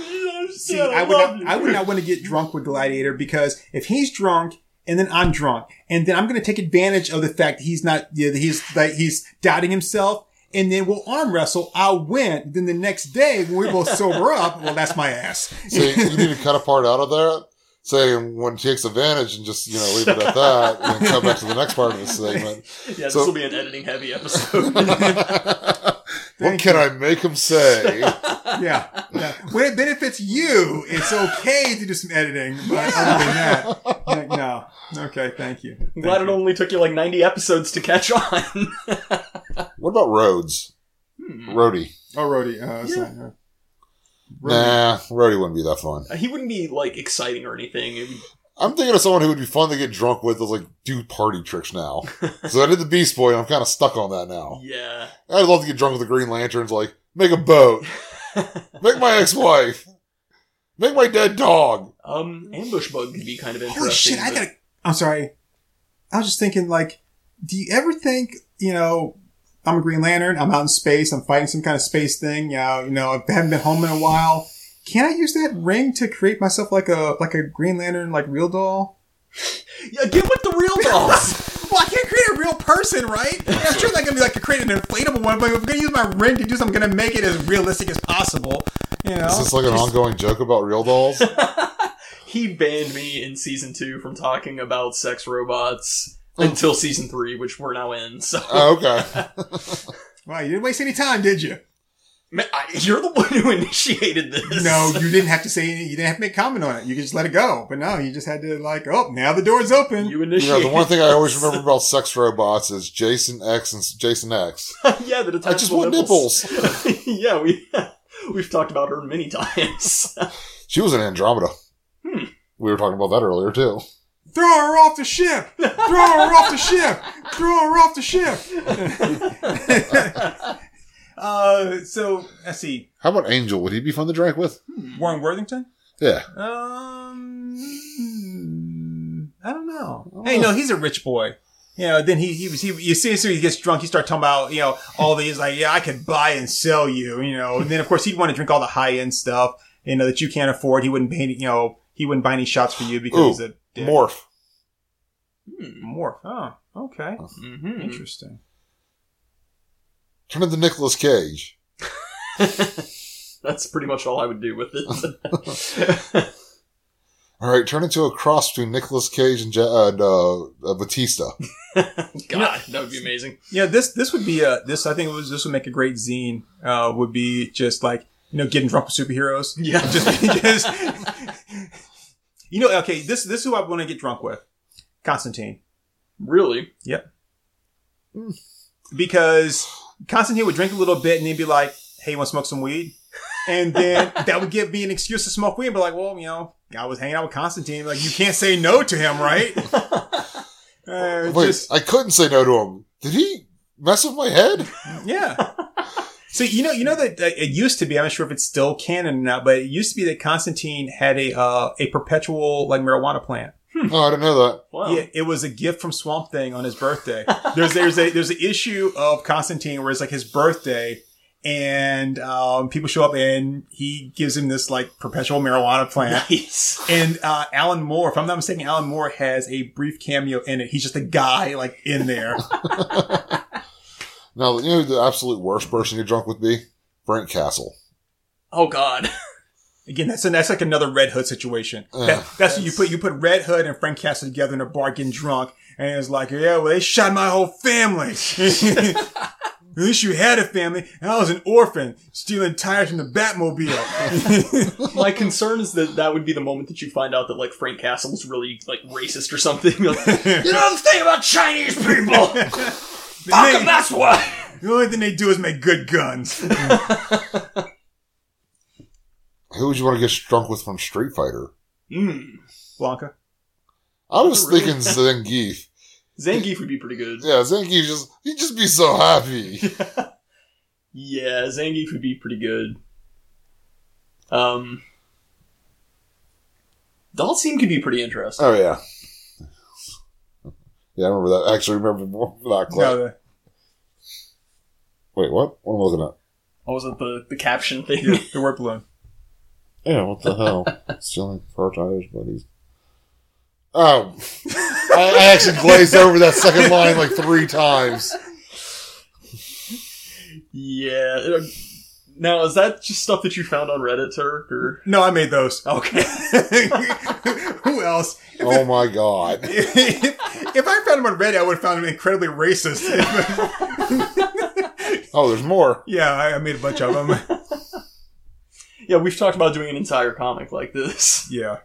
Speaker 3: See, I would not, I would not want to get drunk with Gladiator because if he's drunk and then I'm drunk and then I'm going to take advantage of the fact that he's not, you know, that he's like he's doubting himself. And then we'll arm wrestle. I'll win. Then the next day, when we both sober up, well, that's my ass.
Speaker 4: So you need to cut a part out of that. Saying when he takes advantage and just, you know, leave it at that and come back to the next part of the segment.
Speaker 2: Yeah, this
Speaker 4: So-
Speaker 2: will be an editing heavy episode.
Speaker 4: What can I make him say?
Speaker 3: Yeah, yeah. When it benefits you, it's okay to do some editing. But other than that, like, no. Okay, thank you.
Speaker 2: I'm
Speaker 3: Thank
Speaker 2: glad
Speaker 3: you.
Speaker 2: it only took you like 90 episodes to catch on.
Speaker 4: What about Rhodes?
Speaker 2: Hmm.
Speaker 4: Rhodey.
Speaker 3: Oh, Rhodey. Uh, it's
Speaker 2: Yeah.
Speaker 3: not- uh, Rhodey.
Speaker 4: Nah, Rhodey wouldn't be that fun.
Speaker 2: He wouldn't be like exciting or anything. It would-
Speaker 4: I'm thinking of someone who would be fun to get drunk with. Is like do party tricks now. so I did the Beast Boy, and I'm kind of stuck on that now.
Speaker 2: Yeah.
Speaker 4: I'd love to get drunk with the Green Lanterns. Like make a boat, make my ex-wife, make my dead dog.
Speaker 2: Um, ambush bug could be kind of interesting.
Speaker 3: Holy Oh, shit, I
Speaker 2: but-
Speaker 3: gotta. I'm sorry. I was just thinking, like, do you ever think, you know, I'm a Green Lantern, I'm out in space, I'm fighting some kind of space thing, you know, you know, I haven't been home in a while. Can I use that ring to create myself like a like a Green Lantern like real doll?
Speaker 2: Yeah, get with the real dolls.
Speaker 3: Well, I can't create a real person, right? Yeah, sure, that can be like to create an inflatable one, but if I'm gonna use my ring to do something, I'm gonna make it as realistic as possible. You know,
Speaker 4: Is this like an ongoing joke about real dolls?
Speaker 2: he banned me in season two from talking about sex robots
Speaker 3: Oh.
Speaker 2: until season three, which we're now in. So
Speaker 4: oh, okay.
Speaker 3: wow, you didn't waste any time, did you?
Speaker 2: Man, I, you're the one who initiated this.
Speaker 3: No, you didn't have to say any, you didn't have to make comment on it. You could just let it go. But no, you just had to like, oh, now the door's open.
Speaker 2: you
Speaker 4: You know
Speaker 2: initiated.
Speaker 4: the one thing I always remember about sex robots is Jason X and Jason X.
Speaker 2: yeah, the
Speaker 4: I
Speaker 2: detachable
Speaker 4: just want
Speaker 2: nipples.
Speaker 4: nipples.
Speaker 2: yeah, we we've talked about her many times.
Speaker 4: She was an Andromeda.
Speaker 2: Hmm.
Speaker 4: We were talking about that earlier too.
Speaker 3: Throw her off the ship. Throw her off the ship. Throw her off the ship. uh, so let's see,
Speaker 4: How about Angel? Would he be fun to drink with?
Speaker 3: Warren Worthington.
Speaker 4: Yeah.
Speaker 3: Um, I don't know. Hey, no, he's a rich boy. You know, then he, he was, he, you see, so he gets drunk, he starts talking about, you know, all these, like, yeah, I could buy and sell you, you know, and then of course he'd want to drink all the high end stuff, you know, that you can't afford. He wouldn't pay any, you know, he wouldn't buy any shots for you because he's a dick.
Speaker 4: Morph.
Speaker 3: Morph. Oh, okay.
Speaker 2: mm-hmm.
Speaker 3: Interesting.
Speaker 4: Turn into Nicolas Cage.
Speaker 2: That's pretty much all I would do with it.
Speaker 4: All right, turn into a cross between Nicolas Cage and, Ja- and uh, uh, Batista.
Speaker 2: God, that would be amazing.
Speaker 3: Yeah, this, this would be a, this, I think it was, this would make a great zine, uh, would be just like, you know, getting drunk with superheroes.
Speaker 2: Yeah,
Speaker 3: just because you know okay this this is who i want to get drunk with constantine
Speaker 2: really.
Speaker 3: because constantine would drink a little bit and he'd be like hey you want to smoke some weed and then that would give me an excuse to smoke weed and be like well you know i was hanging out with constantine like you can't say no to him right Uh,
Speaker 4: Wait,
Speaker 3: just-
Speaker 4: I couldn't say no to him. Did he mess with my head?
Speaker 3: yeah so you know you know that uh, it used to be i'm not sure if it's still canon or not but it used to be that constantine had a uh, a perpetual like marijuana plant
Speaker 4: Oh, I didn't know that.
Speaker 2: Wow.
Speaker 3: Yeah, it was a gift from Swamp Thing on his birthday. There's there's a there's an issue of Constantine where it's like his birthday, and um, people show up and he gives him this like perpetual marijuana plant.
Speaker 2: Nice.
Speaker 3: And uh, Alan Moore, if I'm not mistaken, Alan Moore has a brief cameo in it. He's just a guy like in there.
Speaker 4: Now, you know who the absolute worst person to get drunk with be? Brent Castle.
Speaker 2: Oh God.
Speaker 3: Again, that's an, that's like another Red Hood situation.
Speaker 4: Ugh.
Speaker 3: That, that's what you put. You put Red Hood and Frank Castle together in a bar getting drunk, and it's like, yeah, well, they shot my whole family. At least you had a family, and I was an orphan stealing tires from the Batmobile.
Speaker 2: My concern is that that would be the moment that you find out that like Frank Castle's really like racist or something. You're like, you know the thing about Chinese people. Fuck
Speaker 3: They-
Speaker 2: 'em, that's why.
Speaker 3: the only thing they do is make good guns.
Speaker 4: Eh, Who would you want to get drunk with from Street Fighter?
Speaker 2: Mm.
Speaker 3: Blanca.
Speaker 4: I was
Speaker 2: Really?
Speaker 4: thinking Zangief.
Speaker 2: Zangief would be pretty good.
Speaker 4: Yeah, Zangief just he'd just be so happy.
Speaker 2: Yeah, Zangief would be pretty good. Um, Dalsim could be pretty interesting.
Speaker 4: Oh yeah. Yeah, I remember that. I actually remember more from that class.
Speaker 3: No,
Speaker 4: Wait, what? What am I looking at?
Speaker 2: What Oh, was it the the caption
Speaker 3: the,
Speaker 2: thing?
Speaker 3: yeah, the work balloon.
Speaker 4: Yeah, what the hell? Stealing car tires, buddies. Oh, I, I actually glazed over that second line like three times.
Speaker 2: Yeah. uh, Now is that just stuff that you found on Reddit, Turk? Or
Speaker 3: No, I made those. Oh.
Speaker 2: okay,
Speaker 3: Who else?
Speaker 4: Oh my god!
Speaker 3: If, if I found him on Reddit, I would have found him incredibly racist.
Speaker 4: Oh, there's more.
Speaker 3: Yeah, I, I made a bunch of them.
Speaker 2: yeah, we've talked about doing an entire comic like this.
Speaker 3: yeah.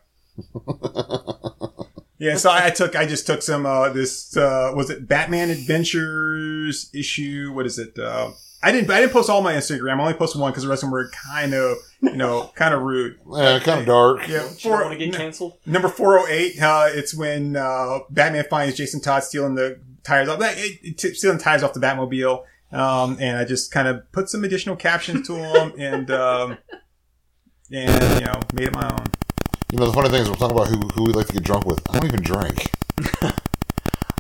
Speaker 3: Yeah, so I took, I just took some, uh, this, uh, was it Batman Adventures issue? What is it? Uh, I didn't, I didn't post all my Instagram. I only posted one because the rest of them were kind of, you know, kind of rude.
Speaker 4: Yeah, kind of dark.
Speaker 3: Yeah.
Speaker 2: Do you want to get canceled?
Speaker 3: Number 408, uh, it's when uh, Batman finds Jason Todd stealing the tires off, eh, eh, t- stealing tires off the Batmobile. Um, and I just kind of put some additional captions to them and, um, and, you know, made it my own.
Speaker 4: You know, the funny thing is, we're talking about who who we like to get drunk with. I don't even drink.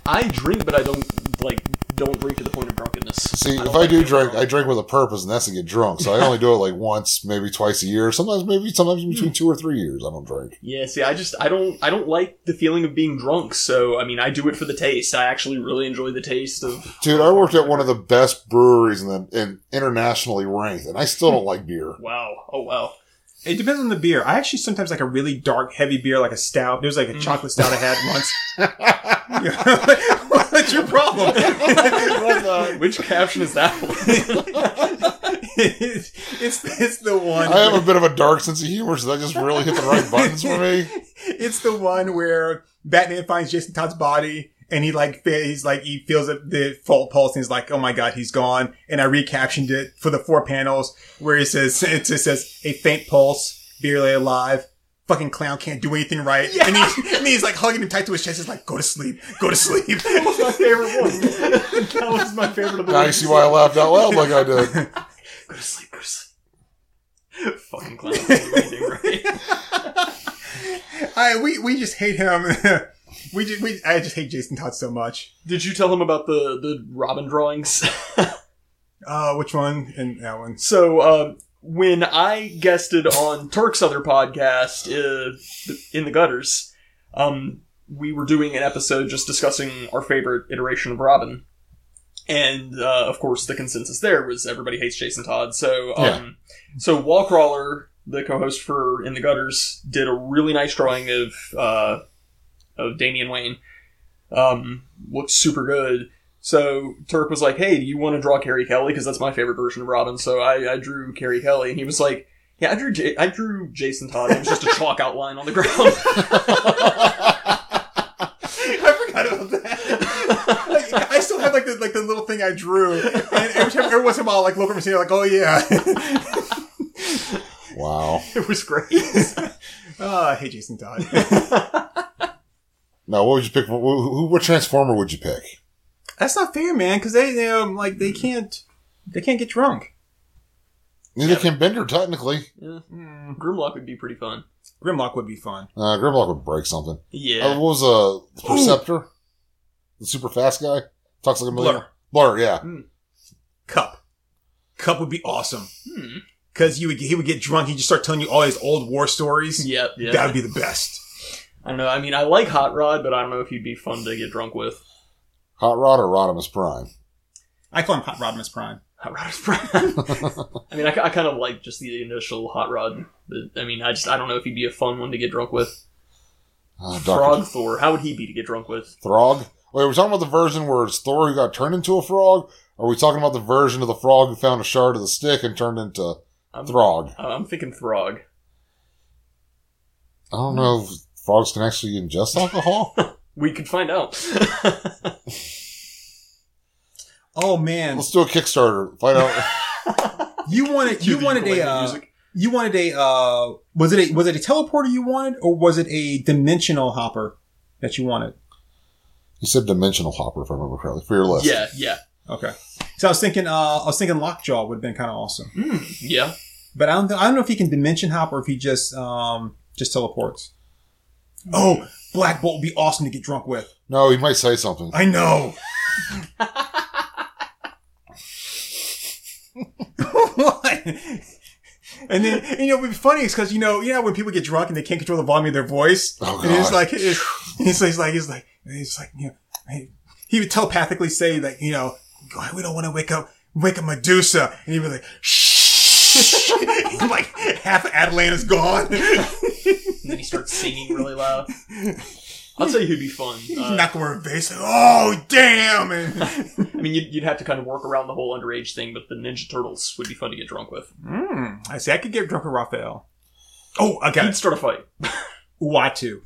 Speaker 2: I drink, but I don't like don't drink to the point of drunkenness.
Speaker 4: See,
Speaker 2: don't
Speaker 4: if I
Speaker 2: like
Speaker 4: do
Speaker 2: being
Speaker 4: drink, I
Speaker 2: drunk.
Speaker 4: drink with a purpose, and that's to get drunk. So I only do it like once, maybe twice a year. Sometimes, maybe sometimes between two or three years, I don't drink.
Speaker 2: yeah, see, I just I don't I don't like the feeling of being drunk. So I mean, I do it for the taste. I actually really enjoy the taste of.
Speaker 4: Dude, I worked at one of the best breweries in the, in internationally ranked, and I still don't like beer.
Speaker 2: Wow! Oh wow!
Speaker 3: It depends on the beer. I actually sometimes like a really dark, heavy beer, like a stout. There's like a
Speaker 2: Mm.
Speaker 3: chocolate stout I had once. What's your problem?
Speaker 2: Which caption is that?
Speaker 3: it's, it's it's the one.
Speaker 4: I have a bit of a dark sense of humor, so that just really hit the right buttons for me.
Speaker 3: it's the one where Batman finds Jason Todd's body and he like fe- he's like he feels the- the fault pulse and he's like, oh my god, he's gone. And I recaptioned it for the four panels where he says it just says a faint pulse, barely alive. Fucking clown can't do anything right. And, he, and he's like hugging him tight to his chest. He's like, go to sleep, go to sleep.
Speaker 2: was my favorite one. that was my favorite of the
Speaker 4: Now you see why I laughed out loud like I did.
Speaker 2: Go to sleep, go to sleep. Fucking clown. Amazing, right?
Speaker 3: I we we just hate him. we just we I just hate Jason Todd so much.
Speaker 2: Did you tell him about the, the Robin drawings?
Speaker 3: Uh, which one? And that one.
Speaker 2: so, um, when I guested on Turk's other podcast, uh, th- In the Gutters, um, we were doing an episode just discussing our favorite iteration of Robin. And, uh, of course, the consensus there was everybody hates Jason Todd. So, um, so Wallcrawler, the co host for In the Gutters, did a really nice drawing of, uh, of Damian Wayne. Um, looked super good. So Turk was like, "Hey, do you want to draw Carrie Kelly? Because that's my favorite version of Robin." So I, I drew Carrie Kelly, and he was like, "Yeah, I drew J- I drew Jason Todd. It was just a chalk outline on the ground."
Speaker 3: I forgot about that. like, I still have like the like the little thing I drew, and every time every once in a while, like local from like, oh yeah,
Speaker 4: Wow.
Speaker 2: it was great.
Speaker 3: oh, I hate Jason Todd.
Speaker 4: Now, what would you pick? Who, who, what Transformer would you pick?
Speaker 3: That's not fair, man, because they, they um, like they can't they can't get drunk.
Speaker 4: Neither can Bender, technically. Hmm.
Speaker 3: Mm.
Speaker 2: Grimlock would be pretty fun.
Speaker 3: Grimlock would be fun.
Speaker 4: Uh, Grimlock would break something.
Speaker 2: Yeah,
Speaker 4: Uh, what was uh, Perceptor? The super fast guy? Talks like a million.
Speaker 3: Blur.
Speaker 4: Blur, yeah.
Speaker 3: Cup, Cup would be awesome
Speaker 2: hmm.
Speaker 3: because you would he would get drunk. He'd just start telling you all his old war stories.
Speaker 2: yeah, yeah.
Speaker 3: That would be the best.
Speaker 2: I don't know. I mean, I like Hot Rod, but I don't know if he'd be fun to get drunk with.
Speaker 4: Hot Rod or Rodimus Prime?
Speaker 3: I call him Hot Rodimus Prime.
Speaker 2: Hot Rod is Brad. I mean, I, I kind of like just the initial Hot Rod. But, I mean, I just I don't know if he'd be a fun one to get drunk with.
Speaker 4: Uh, Dr.
Speaker 2: Frog Thor, how would he be to get drunk with?
Speaker 4: Throg. Wait, are we talking about the version where it's Thor who got turned into a frog? Or are we talking about the version of the frog who found a shard of the stick and turned into
Speaker 2: I'm,
Speaker 4: Throg?
Speaker 2: uh, I'm thinking Throg.
Speaker 4: I don't know if frogs can actually ingest alcohol.
Speaker 2: We could find out.
Speaker 3: Oh man,
Speaker 4: Let's do a Kickstarter. Find out.
Speaker 3: you wanted
Speaker 2: Cue
Speaker 3: you
Speaker 2: the
Speaker 3: wanted a
Speaker 2: ukulele
Speaker 3: uh,
Speaker 2: music.
Speaker 3: you wanted a uh, was it a was it a teleporter you wanted or was it a dimensional hopper that you wanted?
Speaker 4: You said dimensional hopper, if I remember correctly, for your list.
Speaker 2: Yeah, yeah,
Speaker 3: Okay, so I was thinking uh, I was thinking lockjaw would have been kind of awesome,
Speaker 2: Mm, yeah.
Speaker 3: but I don't th- I don't know if he can dimension hop or if he just um, just teleports. Oh, Black Bolt would be awesome to get drunk with.
Speaker 4: No, he might say something.
Speaker 3: I know. what? And then and, you know, what'd be funny is because you know, you know, when people get drunk and they can't control the volume of their voice,
Speaker 4: Oh,
Speaker 3: and it's
Speaker 4: God.
Speaker 3: like, it's, it's like, he's like, he's like, he's like, you know, he- he would telepathically say like, you know, God, we don't want to wake up, wake up Medusa, and he'd be like, shh, like half of Atlanta's gone,
Speaker 2: And then he starts singing really loud. I'll tell you who'd be fun. Uh,
Speaker 3: not going to wear a vase, like, oh damn, and
Speaker 2: I mean, you'd, you'd have to kind of work around the whole underage thing, but the Ninja Turtles would be fun to get drunk with.
Speaker 3: Mm, I see. I could get drunk with Raphael. Oh, I got
Speaker 2: He'd
Speaker 3: it.
Speaker 2: start a fight.
Speaker 3: Uatu,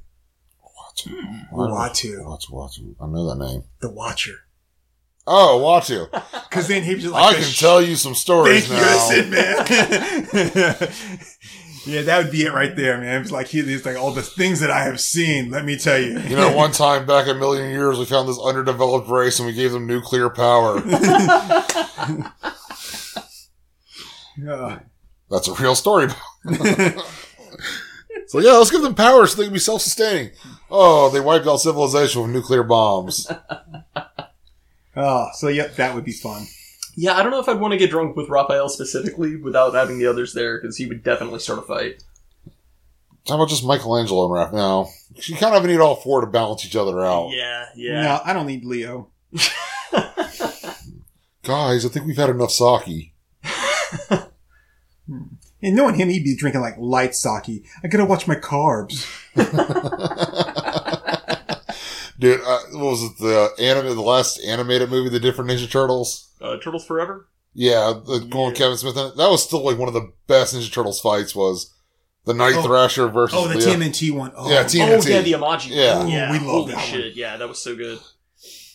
Speaker 4: Watu.
Speaker 3: Watu.
Speaker 4: Watu, Watu. I know that name.
Speaker 3: the Watcher.
Speaker 4: Oh, Watu.
Speaker 3: Because then he was just
Speaker 4: I
Speaker 3: like,
Speaker 4: can tell you some stories
Speaker 3: thank you,
Speaker 4: now.
Speaker 3: Sid, man. yeah, that would be it right there, man. It's like he, he's like all the things that I have seen. Let me tell you.
Speaker 4: You know, one time back a million years, we found this underdeveloped race and we gave them nuclear power.
Speaker 3: Uh,
Speaker 4: That's a real story. so, yeah, let's give them power so they can be self sustaining. Oh, they wiped out civilization with nuclear bombs.
Speaker 3: oh, so yep, that would be fun.
Speaker 2: Yeah, I don't know if I'd want to get drunk with Raphael specifically without having the others there, because he would definitely start a fight.
Speaker 4: How about just Michelangelo and Raph now? You kind of need all four to balance each other out.
Speaker 2: Yeah,
Speaker 3: No, I don't need Leo.
Speaker 4: Guys, I think we've had enough sake.
Speaker 3: And knowing him, he'd be drinking like light sake. I gotta watch my carbs.
Speaker 4: Dude, uh, what was it? The anime, the last animated movie, The Different Ninja Turtles.
Speaker 2: Uh, Turtles Forever?
Speaker 4: Yeah, the going
Speaker 2: Yeah.
Speaker 4: Kevin Smith. In it. That was still like one of the best Ninja Turtles fights. Was the Night
Speaker 3: Oh.
Speaker 4: Thrasher versus
Speaker 3: Oh, the
Speaker 4: Leo.
Speaker 3: TMNT one. Oh,
Speaker 4: Yeah, T-
Speaker 2: Oh,
Speaker 4: TNT.
Speaker 2: yeah, the Imaji.
Speaker 4: Yeah.
Speaker 3: Ooh, we love
Speaker 2: Holy
Speaker 3: that one.
Speaker 2: shit, yeah, that was so good.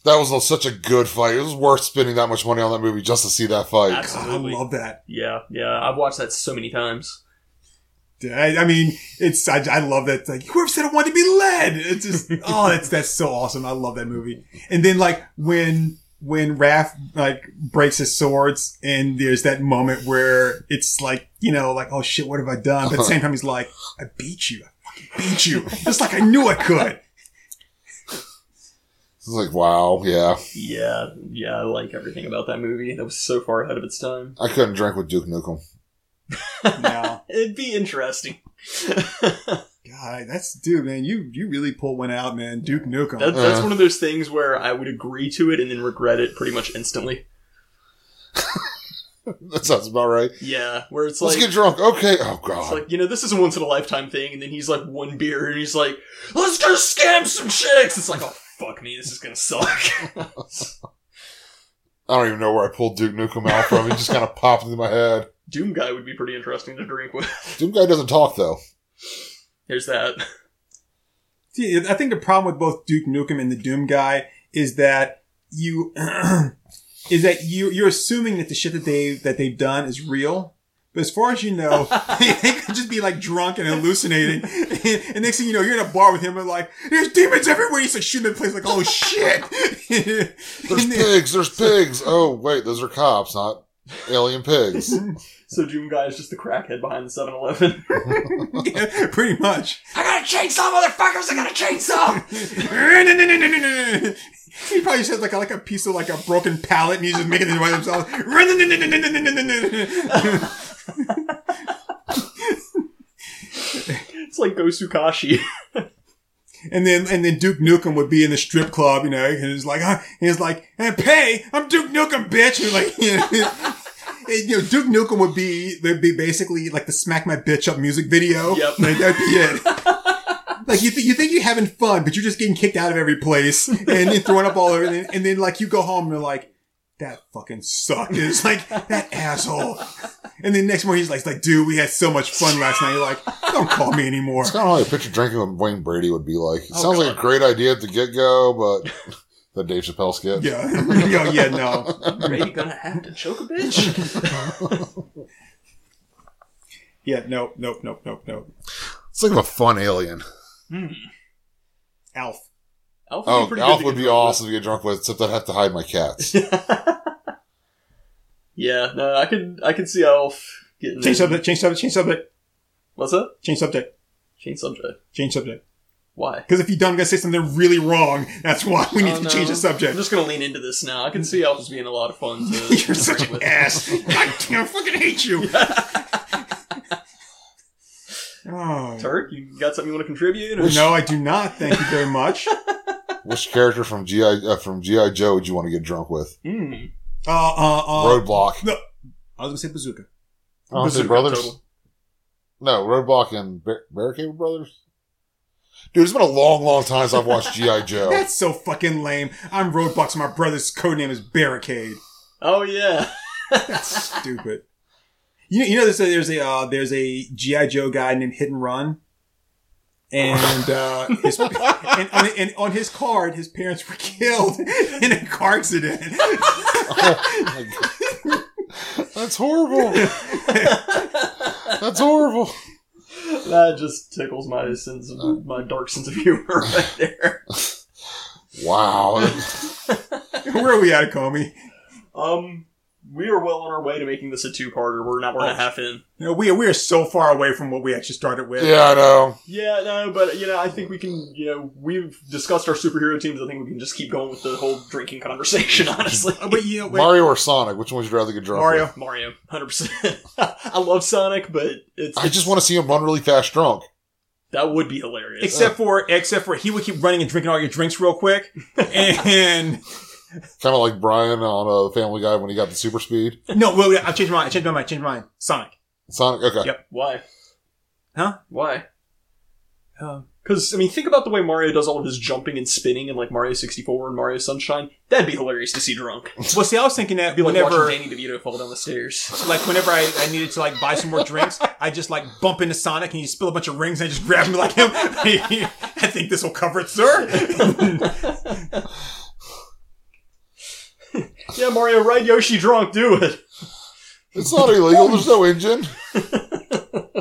Speaker 4: That was a- such a good fight. It was worth spending that much money on that movie just to see that fight.
Speaker 2: Absolutely.
Speaker 3: Oh, God, I love that.
Speaker 2: Yeah, yeah, I've watched that so many times.
Speaker 3: I, I mean, it's I, I love that. Like whoever said I wanted to be led. It's just oh, that's that's so awesome. I love that movie. And then like when when Raph like breaks his swords, and there's that moment where it's like you know like oh shit, what have I done? But at the same time, he's like, I beat you. I fucking beat you. Just like I knew I could.
Speaker 4: It's like wow, yeah.
Speaker 2: Yeah, yeah, I like everything about that movie. That was so far ahead of its time.
Speaker 4: I couldn't drink with Duke Nukem.
Speaker 3: No,
Speaker 2: It'd be interesting.
Speaker 3: God, that's dude, man. You you really pulled one out, man. Duke Nukem.
Speaker 2: That, that's
Speaker 4: Uh.
Speaker 2: one of those things where I would agree to it and then regret it pretty much instantly.
Speaker 4: That sounds about right.
Speaker 2: Yeah, where it's
Speaker 4: Let's
Speaker 2: like,
Speaker 4: get drunk. Okay. Oh
Speaker 2: it's
Speaker 4: god.
Speaker 2: like you know, this is a once in a lifetime thing, and then he's like one beer and he's like, let's go scam some chicks. It's like, oh fuck me, this is gonna suck.
Speaker 4: I don't even know where I pulled Duke Nukem out from. It just kind of popped into my head.
Speaker 2: Doom guy would be pretty interesting to drink with.
Speaker 4: Doom guy doesn't talk though.
Speaker 2: There's that.
Speaker 3: See, I think the problem with both Duke Nukem and the Doom guy is that you is that you you're assuming that the shit that they that they've done is real. But as far as you know, they could just be like drunk and hallucinating. And next thing you know, you're in a bar with him and like, there's demons everywhere. He's like shooting at the place like, oh shit.
Speaker 4: There's
Speaker 3: And then-
Speaker 4: pigs. There's pigs. Oh wait, those are cops, not alien pigs.
Speaker 2: So Doom guy is just the crackhead behind the 7-Eleven.
Speaker 3: yeah, pretty much.
Speaker 2: I got a chainsaw, motherfuckers! I got a chainsaw.
Speaker 3: he probably just has like a, like a piece of like a broken pallet and he's just making it by himself.
Speaker 2: It's like Gosukashi.
Speaker 3: And then and then Duke Nukem would be in the strip club, you know, and he's like, huh? he's like, hey, pay, I'm Duke Nukem, bitch. And like, And, you know, Duke Nukem would be would be basically like the "Smack My Bitch Up" music video.
Speaker 2: Yep.
Speaker 3: like, that'd be it. Like you, th- you think you're having fun, but you're just getting kicked out of every place and then thrown up all over. And then, and then like you go home and you're like, that fucking sucked. And it's like that asshole. And then next morning he's like, like, dude, we had so much fun last night. You're like, don't call me anymore.
Speaker 4: It's kind of like a picture drinking with Wayne Brady would be like. It sounds
Speaker 2: Oh,
Speaker 4: like a great idea at the get go, but the Dave Chappelle skit.
Speaker 3: Yeah, Yo, yeah, no.
Speaker 2: Brady gonna have to choke a bitch.
Speaker 3: Yeah, nope, nope, nope, nope, nope.
Speaker 4: It's like a fun alien.
Speaker 3: Alf.
Speaker 2: Alf would be
Speaker 4: Oh,
Speaker 2: pretty good
Speaker 4: Alf
Speaker 2: to get
Speaker 4: would be
Speaker 2: drunk with.
Speaker 4: awesome to get drunk with, except I'd have to hide my cats.
Speaker 2: Yeah, no, I could I could see Alf getting
Speaker 3: Change subject, change subject, change subject,
Speaker 2: What's that?
Speaker 3: change subject,
Speaker 2: Change subject.
Speaker 3: change subject.
Speaker 2: Why?
Speaker 3: Because if you don't, I'm going to say something really wrong. That's why we need
Speaker 2: Oh,
Speaker 3: to
Speaker 2: no.
Speaker 3: change the
Speaker 2: I'm
Speaker 3: subject.
Speaker 2: just gonna lean into this now. I can see Alf as being a lot of fun. To
Speaker 3: You're such an ass. God damn, I fucking hate you. oh.
Speaker 2: Turk, you got something you want to contribute? Or?
Speaker 3: No, I do not. Thank you very much. Uh,
Speaker 4: Which character from GI uh, from GI Joe would you want to get drunk with?
Speaker 2: Mm.
Speaker 3: Uh, uh, uh,
Speaker 4: Roadblock.
Speaker 3: I was going to say Bazooka.
Speaker 4: Honestly,
Speaker 3: Bazooka
Speaker 4: brothers.
Speaker 2: Total.
Speaker 4: No, Roadblock and Bar- Barricade Brothers. Dude, it's been a long, long time since I've watched GI Joe.
Speaker 3: That's so fucking lame. I'm Roadblocks. My brother's codename is Barricade.
Speaker 2: Oh yeah.
Speaker 3: That's stupid. You know, you know there's a there's a, uh, there's a GI Joe guy named Hit and Run, and uh, his, and, on, and on his card, his parents were killed in a car accident.
Speaker 4: That's horrible. That's horrible.
Speaker 2: That just tickles my sense of my dark sense of humor right there.
Speaker 4: Wow.
Speaker 3: Where are we at, Comey?
Speaker 2: Um we are well on our way to making this a two parter. We're an hour and
Speaker 3: Oh.
Speaker 2: a half in.
Speaker 3: You know, we are, we are so far away from what we actually started with.
Speaker 4: Yeah, I know.
Speaker 2: Yeah, no, but you know, I think we can you know, we've discussed our superhero teams, I think we can just keep going with the whole drinking conversation, honestly.
Speaker 3: Uh, But you know, wait,
Speaker 4: Mario or Sonic? Which one would you rather get drunk
Speaker 3: Mario.
Speaker 4: with?
Speaker 2: Mario, hundred percent. I love Sonic, but it's,
Speaker 4: I just want to see him run really fast drunk.
Speaker 2: that would be hilarious.
Speaker 3: Except for except for he would keep running and drinking all your drinks real quick, and
Speaker 4: Kind of like Brian on uh, Family Guy when he got the super speed.
Speaker 3: no, well, yeah, I changed my mind. I changed my mind. I changed my mind. Sonic.
Speaker 4: Sonic, okay.
Speaker 3: Yep.
Speaker 2: Why?
Speaker 3: Huh?
Speaker 2: Why?
Speaker 3: Um,
Speaker 2: Because I mean, think about the way Mario does all of his jumping and spinning in like Mario sixty four and Mario Sunshine. That'd be hilarious to see drunk. It'd
Speaker 3: Well, see, I was thinking that
Speaker 2: be like
Speaker 3: whenever
Speaker 2: watching Danny DeVito fall down the stairs.
Speaker 3: like whenever I, I needed to like buy some more drinks, I just like bump into Sonic and you spill a bunch of rings and I just grab him like him. I think this will cover it, sir.
Speaker 2: Yeah, Mario, ride Yoshi drunk. Do it.
Speaker 4: It's not illegal. There's no engine.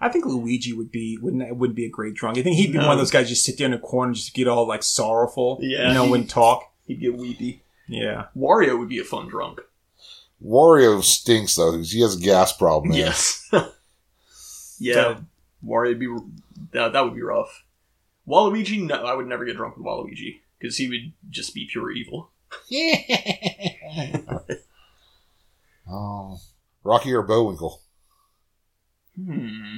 Speaker 3: I think Luigi would be wouldn't would be a great drunk. I think he'd be one of those guys just sit there in the corner and just get all like sorrowful.
Speaker 2: Yeah.
Speaker 3: You know, wouldn't talk.
Speaker 2: He'd get weepy.
Speaker 3: Yeah.
Speaker 2: Wario would be a fun drunk.
Speaker 4: Wario stinks though. 'cause He has a gas problem. Man.
Speaker 2: Yes. yeah. Wario'd be that, that would be rough. Waluigi, no, I would never get drunk with Waluigi because he would just be pure evil.
Speaker 4: Oh. Rocky or Bowwinkle?
Speaker 2: Hmm.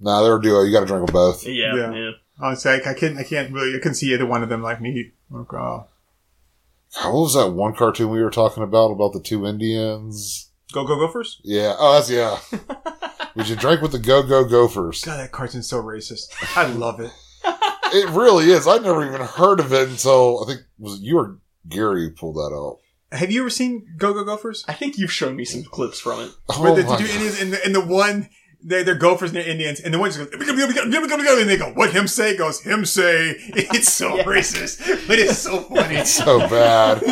Speaker 4: Nah, they're a duo. You got to drink with both.
Speaker 2: Yeah,
Speaker 3: Yeah.
Speaker 2: yeah.
Speaker 3: Honestly, I, I couldn't. I can't really. I couldn't see either one of them like me. Oh god.
Speaker 4: God, what was that one cartoon we were talking about about the two Indians?
Speaker 3: Go go go first.
Speaker 4: Yeah. Oh, that's yeah. Would you drink with the Go Go Gophers?
Speaker 3: God, that cartoon's so racist. I love it.
Speaker 4: It really is. I'd never even heard of it until I think was it you or Gary who pulled that out.
Speaker 3: Have you ever seen Go Go Gophers?
Speaker 2: I think you've shown me some clips from it.
Speaker 3: Where
Speaker 4: Oh
Speaker 3: the,
Speaker 4: my
Speaker 3: two
Speaker 4: God.
Speaker 3: Indians and the, and the one they're, they're gophers and they're Indians and the one just goes "Biga, biga, biga, biga, biga," and they go what him say goes him say it's so racist but it's so funny
Speaker 4: so bad.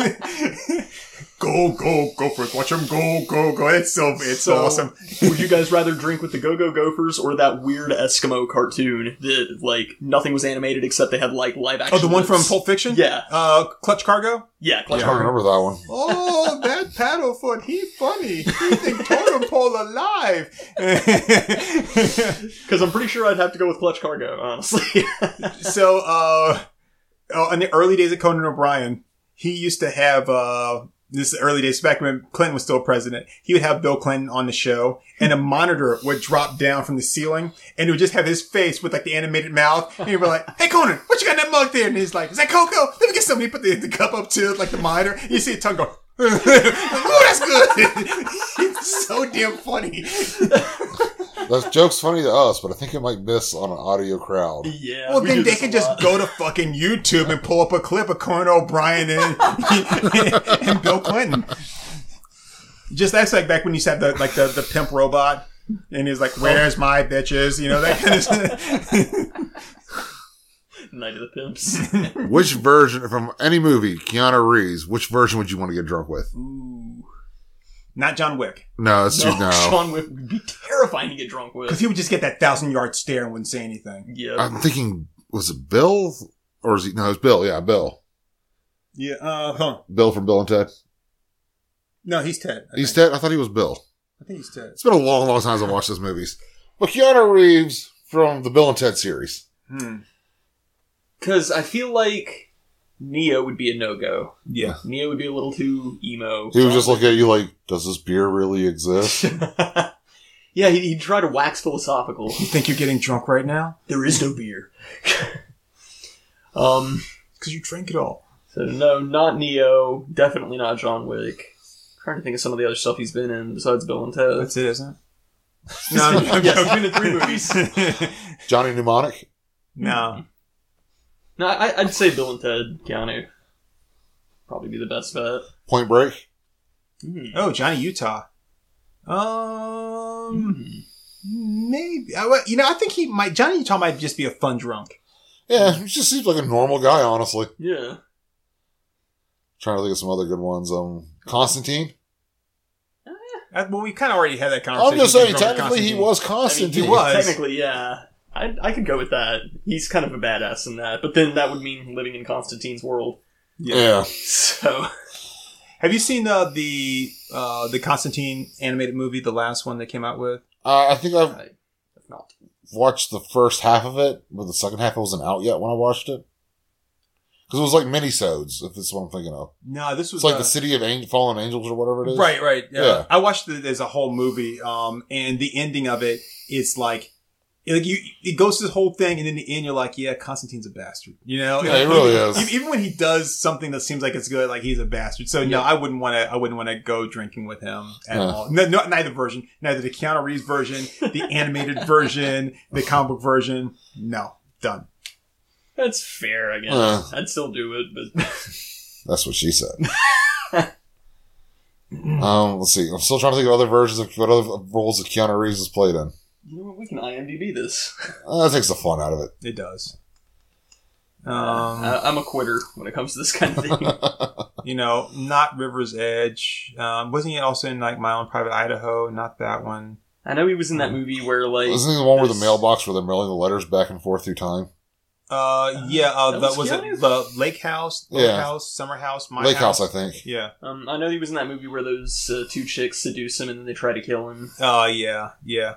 Speaker 3: go go gophers watch them go go go it's so it's so,
Speaker 2: So-
Speaker 3: awesome
Speaker 2: Would you guys rather drink with the Go Go Gophers or that weird Eskimo cartoon that like nothing was animated except they had like live action?
Speaker 3: oh the one from
Speaker 2: lips?
Speaker 3: Pulp Fiction
Speaker 2: Yeah.
Speaker 3: uh Clutch Cargo
Speaker 2: yeah,
Speaker 4: I
Speaker 2: Clutch
Speaker 4: don't
Speaker 2: Cargo.
Speaker 4: remember that one.
Speaker 3: oh that paddlefoot he funny he think totem pole alive
Speaker 2: Because I'm pretty sure I'd have to go with Clutch Cargo, honestly.
Speaker 3: so uh oh, in the early days of Conan O'Brien, he used to have uh this is the early days back when Clinton was still president. He would have Bill Clinton on the show, and a monitor would drop down from the ceiling, and it would just have his face with like the animated mouth. And he'd be like, "Hey Conan, what you got in that mug there?" And he's like, "Is that Coco? Let me get somebody to put the, the cup up to like the monitor." And you see a tongue go. Ooh, that's good. it's so damn funny.
Speaker 4: That joke's funny to us, but I think it might miss on an audio crowd.
Speaker 2: Yeah.
Speaker 3: Well,
Speaker 2: we
Speaker 3: then
Speaker 2: do
Speaker 3: they
Speaker 2: this
Speaker 3: can
Speaker 2: a
Speaker 3: just
Speaker 2: lot.
Speaker 3: go to fucking YouTube and pull up a clip of Conan O'Brien and, and Bill Clinton. Just that's like back when you said the like the, the pimp robot, and he's like, "Where's my bitches?" You know that kind of.
Speaker 2: Night of the Pimps.
Speaker 4: Which version from any movie, Keanu Reeves, which version would you want to get drunk with?
Speaker 2: Ooh.
Speaker 3: Not John Wick,
Speaker 4: No, it's
Speaker 2: No,
Speaker 4: too, no.
Speaker 2: Sean Wick would be terrifying to get drunk
Speaker 3: because
Speaker 2: with.
Speaker 3: he would just get that thousand yard stare and wouldn't say anything.
Speaker 2: Yeah.
Speaker 4: I'm thinking, was it Bill? Or is he, no, it's Bill. Yeah, Bill.
Speaker 3: Yeah. Uh. Huh.
Speaker 4: Bill from Bill and Ted.
Speaker 3: No, he's Ted. I
Speaker 4: He's
Speaker 3: think.
Speaker 4: Ted? I thought he was Bill.
Speaker 3: I think he's Ted.
Speaker 4: It's been a long, long time since I watched those movies. But Keanu Reeves from the Bill and Ted series.
Speaker 3: Hmm.
Speaker 2: Because I feel like Neo would be a no go.
Speaker 3: Yeah.
Speaker 2: Neo would be a little too emo.
Speaker 4: He was just looking at you like, does this beer really exist?
Speaker 2: yeah, he'd, he'd try to wax philosophical.
Speaker 3: You think you're getting drunk right now?
Speaker 2: there is no beer. um.
Speaker 3: Because you drank it all.
Speaker 2: So no, not Neo. Definitely not John Wick. trying to think of some of the other stuff he's been in besides Bill and Ted.
Speaker 3: That's it, isn't it? No, I'm, I'm
Speaker 2: yes, he's been in three movies.
Speaker 3: joking.
Speaker 4: Johnny Mnemonic?
Speaker 3: no.
Speaker 2: No, I, I'd say Bill and Ted. Keanu probably be the best bet.
Speaker 4: Point Break?
Speaker 2: Hmm.
Speaker 3: Oh, Johnny Utah. Um,
Speaker 4: Hmm.
Speaker 3: maybe. I, well, you know, I think he might. Johnny Utah might just be a fun drunk.
Speaker 4: Yeah, he just seems like a normal guy, honestly.
Speaker 2: Yeah.
Speaker 4: Trying to think of some other good ones. Um, Constantine?
Speaker 3: Uh, Well, we kind of already had that conversation.
Speaker 4: I'm just saying,
Speaker 3: with Robert
Speaker 4: technically he
Speaker 3: Constantine.
Speaker 4: was
Speaker 2: I mean,
Speaker 4: Constantine.
Speaker 3: he was.
Speaker 2: Technically, yeah. I, I could go with that. He's kind of a badass in that, but then that would mean living in Constantine's world.
Speaker 4: Yeah.
Speaker 2: So
Speaker 3: Have you seen uh, the uh, the Constantine animated movie, the last one they came out with?
Speaker 4: Uh, I think I've
Speaker 2: not.
Speaker 4: watched the first half of it, but the second half wasn't out yet when I watched it. Because it was like minisodes, if it's what I'm thinking of.
Speaker 3: No, this was
Speaker 4: It's like
Speaker 3: uh,
Speaker 4: the City of Angel- Fallen Angels or whatever it is.
Speaker 3: Right, right. Yeah.
Speaker 4: Yeah.
Speaker 3: I watched it as a whole movie, um, and the ending of it is like, it- like you, it goes through the whole thing, and in the end, you're like, yeah, Constantine's a bastard. You know,
Speaker 4: Yeah, he really
Speaker 3: even,
Speaker 4: is.
Speaker 3: Even when he does something that seems like it's good, like he's a bastard. So no,
Speaker 2: Yeah.
Speaker 3: I wouldn't want to. I wouldn't want to go drinking with him at
Speaker 4: Yeah.
Speaker 3: all. No, no, neither version, neither the Keanu Reeves version, the animated version, the comic book version. No, done.
Speaker 2: That's fair, I guess.
Speaker 4: Uh.
Speaker 2: I'd still do it, but
Speaker 4: That's what she said. um, let's see. I'm still trying to think of other versions of what other roles that Keanu Reeves has played in.
Speaker 2: you know what? We can IMDb this.
Speaker 4: Uh, that takes the fun out of it.
Speaker 3: It does. Um,
Speaker 2: I, I'm a quitter when it comes to this kind of thing.
Speaker 3: you know, not River's Edge. Um, wasn't he also in like My Own Private Idaho? Not that one.
Speaker 2: I know he was in that movie where like
Speaker 4: Isn't he the one where the
Speaker 2: this-
Speaker 4: mailbox where they're mailing the letters back and forth through time?
Speaker 3: Uh, yeah, uh,
Speaker 2: That
Speaker 3: the,
Speaker 2: was
Speaker 3: was,
Speaker 2: Keanu?
Speaker 3: it the Lake House, Lake
Speaker 4: Yeah.
Speaker 3: House, Summer House, my
Speaker 4: Lake
Speaker 3: house?
Speaker 4: House, I think.
Speaker 3: Yeah.
Speaker 2: Um, I know he was in that movie where those uh, two chicks seduce him and then they try to kill him.
Speaker 3: Uh, yeah, yeah,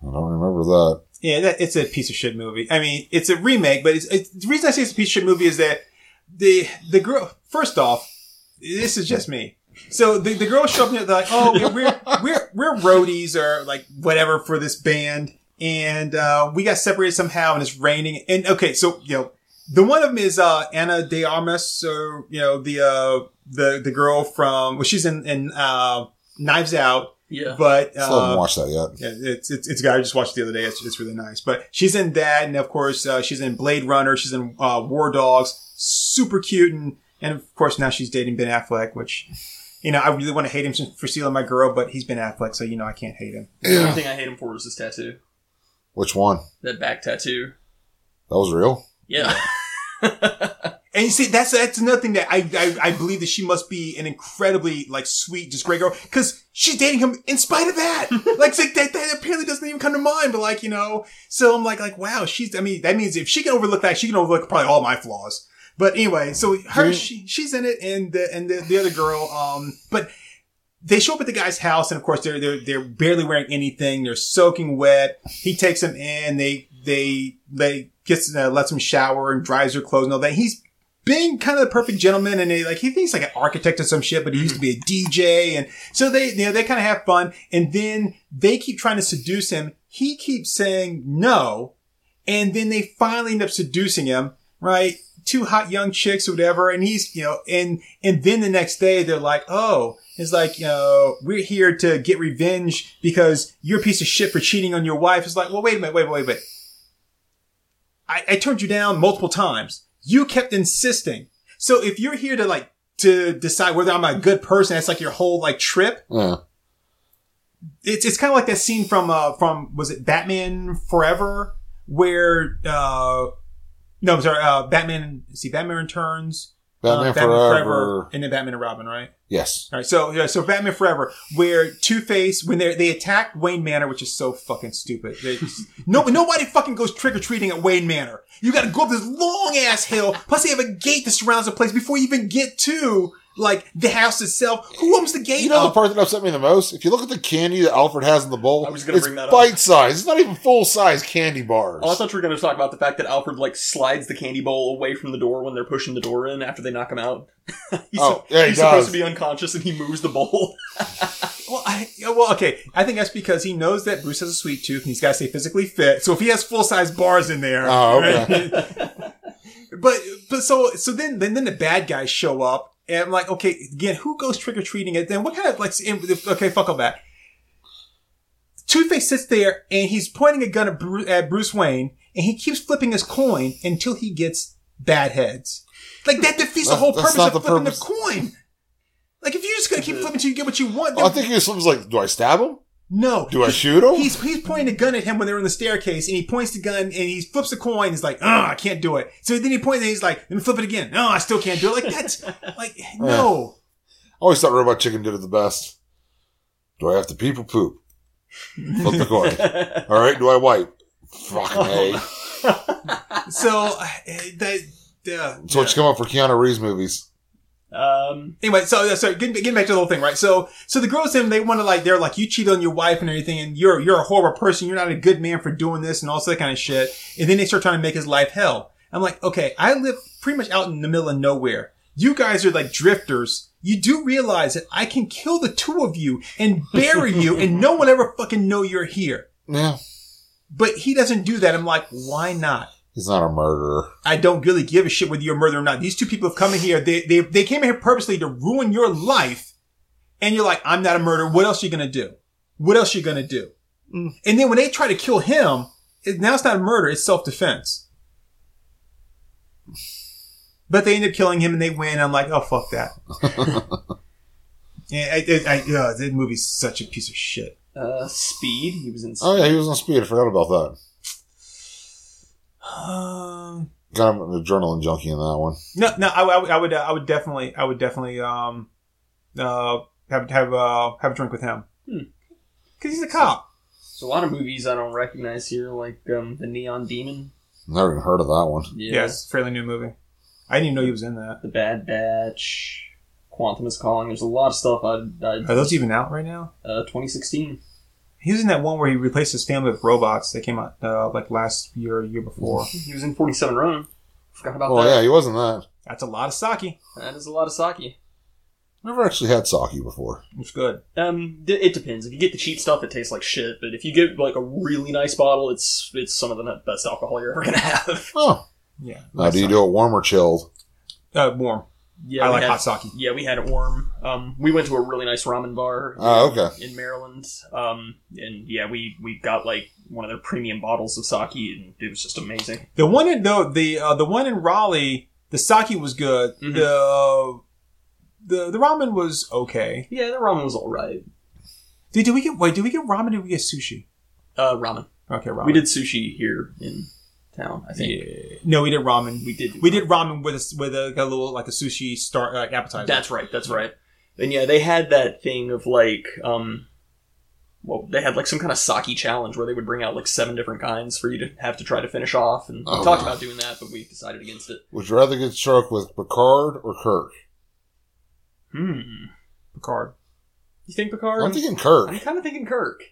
Speaker 4: I don't remember that.
Speaker 3: yeah. That, it's a piece of shit movie. I mean, it's a remake, but it's, it's the reason I say it's a piece of shit movie is that the the girl. First off, this is just me. So the, the girls show up and they're like, oh, we're, we're, we're, we're roadies or like whatever for this band. And, uh, we got separated somehow and it's raining. And okay, so, you know, the one of them is, uh, Anna de Armas or, you know, the, uh, the, the girl from, well, she's in, in, uh, Knives Out,
Speaker 2: Yeah.
Speaker 3: but,
Speaker 4: Still haven't
Speaker 3: uh,
Speaker 4: watched that yet.
Speaker 3: yeah, it's, it's, it's a guy I just watched it the other day. It's, it's really nice, but she's in that. And of course, uh, she's in Blade Runner. She's in, uh, War Dogs, super cute. And, and of course now she's dating Ben Affleck, which, you know, I really want to hate him for stealing my girl, but he's Ben Affleck, so you know I can't hate him.
Speaker 2: The only
Speaker 4: Yeah.
Speaker 2: thing I hate him for is his tattoo.
Speaker 4: Which one?
Speaker 2: That back tattoo.
Speaker 4: That was real?
Speaker 2: Yeah.
Speaker 3: And you see, that's that's another thing that I I, I believe that she must be an incredibly like sweet, just great girl because she's dating him in spite of that. like, it's like that, that apparently doesn't even come to mind, but like you know, so I'm like like wow, she's I mean that means if she can overlook that, she can overlook probably all my flaws. But anyway, so her
Speaker 4: Yeah.
Speaker 3: she, she's in it, and the and the, the other girl, um, but. They show up at the guy's house, and of course they're they're they're barely wearing anything. They're soaking wet he takes him in. They they they gets uh, lets him shower and dries their clothes and all that. He's being kind of the perfect gentleman, and they like he thinks like an architect or some shit, but he used to be a DJ, and so they you know they kind of have fun. And then they keep trying to seduce him. He keeps saying no, and then they finally end up seducing him, right? two hot young chicks or whatever, and he's you know, and and then the next day they're like, oh, it's like you know, we're here to get revenge because you're a piece of shit for cheating on your wife. It's like, well, wait a minute, wait, wait, wait. I, I turned you down multiple times. You kept insisting. So if you're here to like to decide whether I'm a good person, that's like your whole like trip.
Speaker 4: Yeah.
Speaker 3: It's it's kind of like that scene from uh from was it Batman Forever where uh no I'm sorry uh Batman see Batman Returns
Speaker 4: Batman,
Speaker 3: uh,
Speaker 4: Forever.
Speaker 3: and then Batman and Robin right
Speaker 4: Yes.
Speaker 3: all right so yeah so Batman Forever where Two Face when they they attack Wayne Manor which is so fucking stupid They just- no nobody fucking goes trick or treating at Wayne Manor you got to go up this long ass hill plus they have a gate that surrounds the place before you even get to like the house itself who owns the gate
Speaker 4: You know the
Speaker 3: up?
Speaker 4: part that upset me the most? If you look at the candy that Alfred has in the bowl,
Speaker 2: I was gonna
Speaker 4: it's
Speaker 2: bring that up.
Speaker 4: bite size. It's not even full size candy bars.
Speaker 2: Oh, I thought you were going to talk about the fact that Alfred like slides the candy bowl away from the door when they're pushing the door in after they knock him out. he's
Speaker 4: Oh, yeah, he
Speaker 2: he's supposed
Speaker 4: does.
Speaker 2: to be unconscious and he moves the bowl.
Speaker 3: Well, I, yeah, well, okay. I think that's because he knows that Bruce has a sweet tooth and he's got to stay physically fit. So if he has full size bars in there,
Speaker 4: Oh, okay.
Speaker 3: right? but but so so then then then the bad guys show up and I'm like, okay, again, who goes trick or treating? And then what kind of like, okay, fuck all that. Two Face sits there and he's pointing a gun at Bruce, at Bruce Wayne and he keeps flipping his coin until he gets bad heads. Like that defeats the
Speaker 4: That's-
Speaker 3: whole
Speaker 4: that's
Speaker 3: purpose
Speaker 4: not
Speaker 3: of
Speaker 4: the
Speaker 3: flipping
Speaker 4: purpose.
Speaker 3: the coin. Like if you're just gonna keep flipping until you get what you want,
Speaker 4: Oh, I
Speaker 3: then
Speaker 4: think he was was like, do I stab him?
Speaker 3: no.
Speaker 4: Do I shoot him?
Speaker 3: He's he's pointing a gun at him when they're in the staircase, and he points the gun and he flips the coin. He's like, "Oh, I can't do it." So then he points and he's like, "Let me flip it again." No, I still can't do it. Like that's like no.
Speaker 4: I always thought Robot Chicken did it the best. Do I have to pee or poop? Flip the coin. All right, do I wipe? Fucking hey. That's
Speaker 3: So uh, that. Uh,
Speaker 4: what you come up for Keanu Reeves movies.
Speaker 2: Um,
Speaker 3: anyway, so so getting, getting back to the whole thing, right? So so the girls and they want to like they're like you cheated on your wife and everything, and you're you're a horrible person. You're not a good man for doing this and all that kind of shit. And then they start trying to make his life hell. I'm like, okay, I live pretty much out in the middle of nowhere. You guys are like drifters. You do realize that I can kill the two of you and bury you, and no one ever fucking know you're here.
Speaker 4: Yeah.
Speaker 3: But he doesn't do that. I'm like, why not?
Speaker 4: He's not a murderer.
Speaker 3: I don't really give a shit whether you're a murderer or not. These two people have come in here. They, they, they came in here purposely to ruin your life. And you're like, I'm not a murderer. What else are you going to do? What else are you going to do? And then when they try to kill him, it, now it's not murder. It's self-defense. But they end up killing him and they win. I'm like, oh, fuck that. yeah, I, I, I, uh, that movie's such a piece of shit.
Speaker 2: uh, Speed. He was in.
Speaker 4: Oh, yeah, he was on speed. I forgot about that.
Speaker 3: Um,
Speaker 4: Got him an adrenaline junkie in that one.
Speaker 3: No, no, I, I, would- I would, uh, I would definitely, I would definitely, um, uh, have have uh, have a drink with him
Speaker 2: Hmm.
Speaker 3: because he's a cop.
Speaker 2: There's a lot of movies I don't recognize here, like um, the Neon Demon.
Speaker 4: Never even heard of that one.
Speaker 2: Yeah.
Speaker 3: Yeah. it's a fairly new movie. I didn't even know he was in that.
Speaker 2: The Bad Batch. Quantum is calling. There's a lot of stuff. I, I
Speaker 3: Are those even out right now?
Speaker 2: uh, 2016.
Speaker 3: He was in that one where he replaced his family with robots that came out uh, like last year, or year before.
Speaker 2: He was in 47 Ronin. Forgot about
Speaker 4: Oh,
Speaker 2: that.
Speaker 4: yeah, he wasn't that.
Speaker 3: That's a lot of sake.
Speaker 2: That is a lot of sake.
Speaker 4: Never actually had sake before.
Speaker 3: It's good.
Speaker 2: Um, d- it depends. If you get the cheap stuff, it tastes like shit. But if you get like a really nice bottle, it's it's some of the n- best alcohol you're ever gonna have.
Speaker 4: Oh.
Speaker 3: Yeah.
Speaker 4: Now, do you do it warm or chilled?
Speaker 3: Uh, warm.
Speaker 2: Yeah,
Speaker 3: I
Speaker 2: we
Speaker 3: like
Speaker 2: had-
Speaker 3: hot sake.
Speaker 2: Yeah, we had it warm. Um, we went to a really nice ramen bar.
Speaker 4: Oh, okay.
Speaker 2: in Maryland. Um, and yeah, we we got like one of their premium bottles of sake, and it was just amazing.
Speaker 3: The one in no, the uh, the one in Raleigh, the sake was good.
Speaker 2: Mhm.
Speaker 3: The the the ramen was okay.
Speaker 2: Yeah, the ramen was all right.
Speaker 3: Did, did we get wait? Did we get ramen? Or did we get sushi?
Speaker 2: Uh, ramen.
Speaker 3: Okay, ramen.
Speaker 2: We did sushi here in town. I think
Speaker 3: Yeah. No, we did ramen.
Speaker 2: we
Speaker 3: We
Speaker 2: did. do
Speaker 3: we
Speaker 2: ramen.
Speaker 3: did ramen with a, s- with a, a little like a sushi start like appetizer.
Speaker 2: That's right. That's right. And yeah, they had that thing of like, um, well, they had like some kind of sake challenge where they would bring out like seven different kinds for you to have to try to finish off. And
Speaker 4: Oh,
Speaker 2: we talked
Speaker 4: wow.
Speaker 2: about doing that, but we decided against it.
Speaker 4: Would you rather get struck with Picard or Kirk?
Speaker 2: Hmm.
Speaker 3: Picard.
Speaker 2: You think
Speaker 4: I'm
Speaker 2: Picard?
Speaker 4: thinking Kirk.
Speaker 2: I'm kind of thinking Kirk.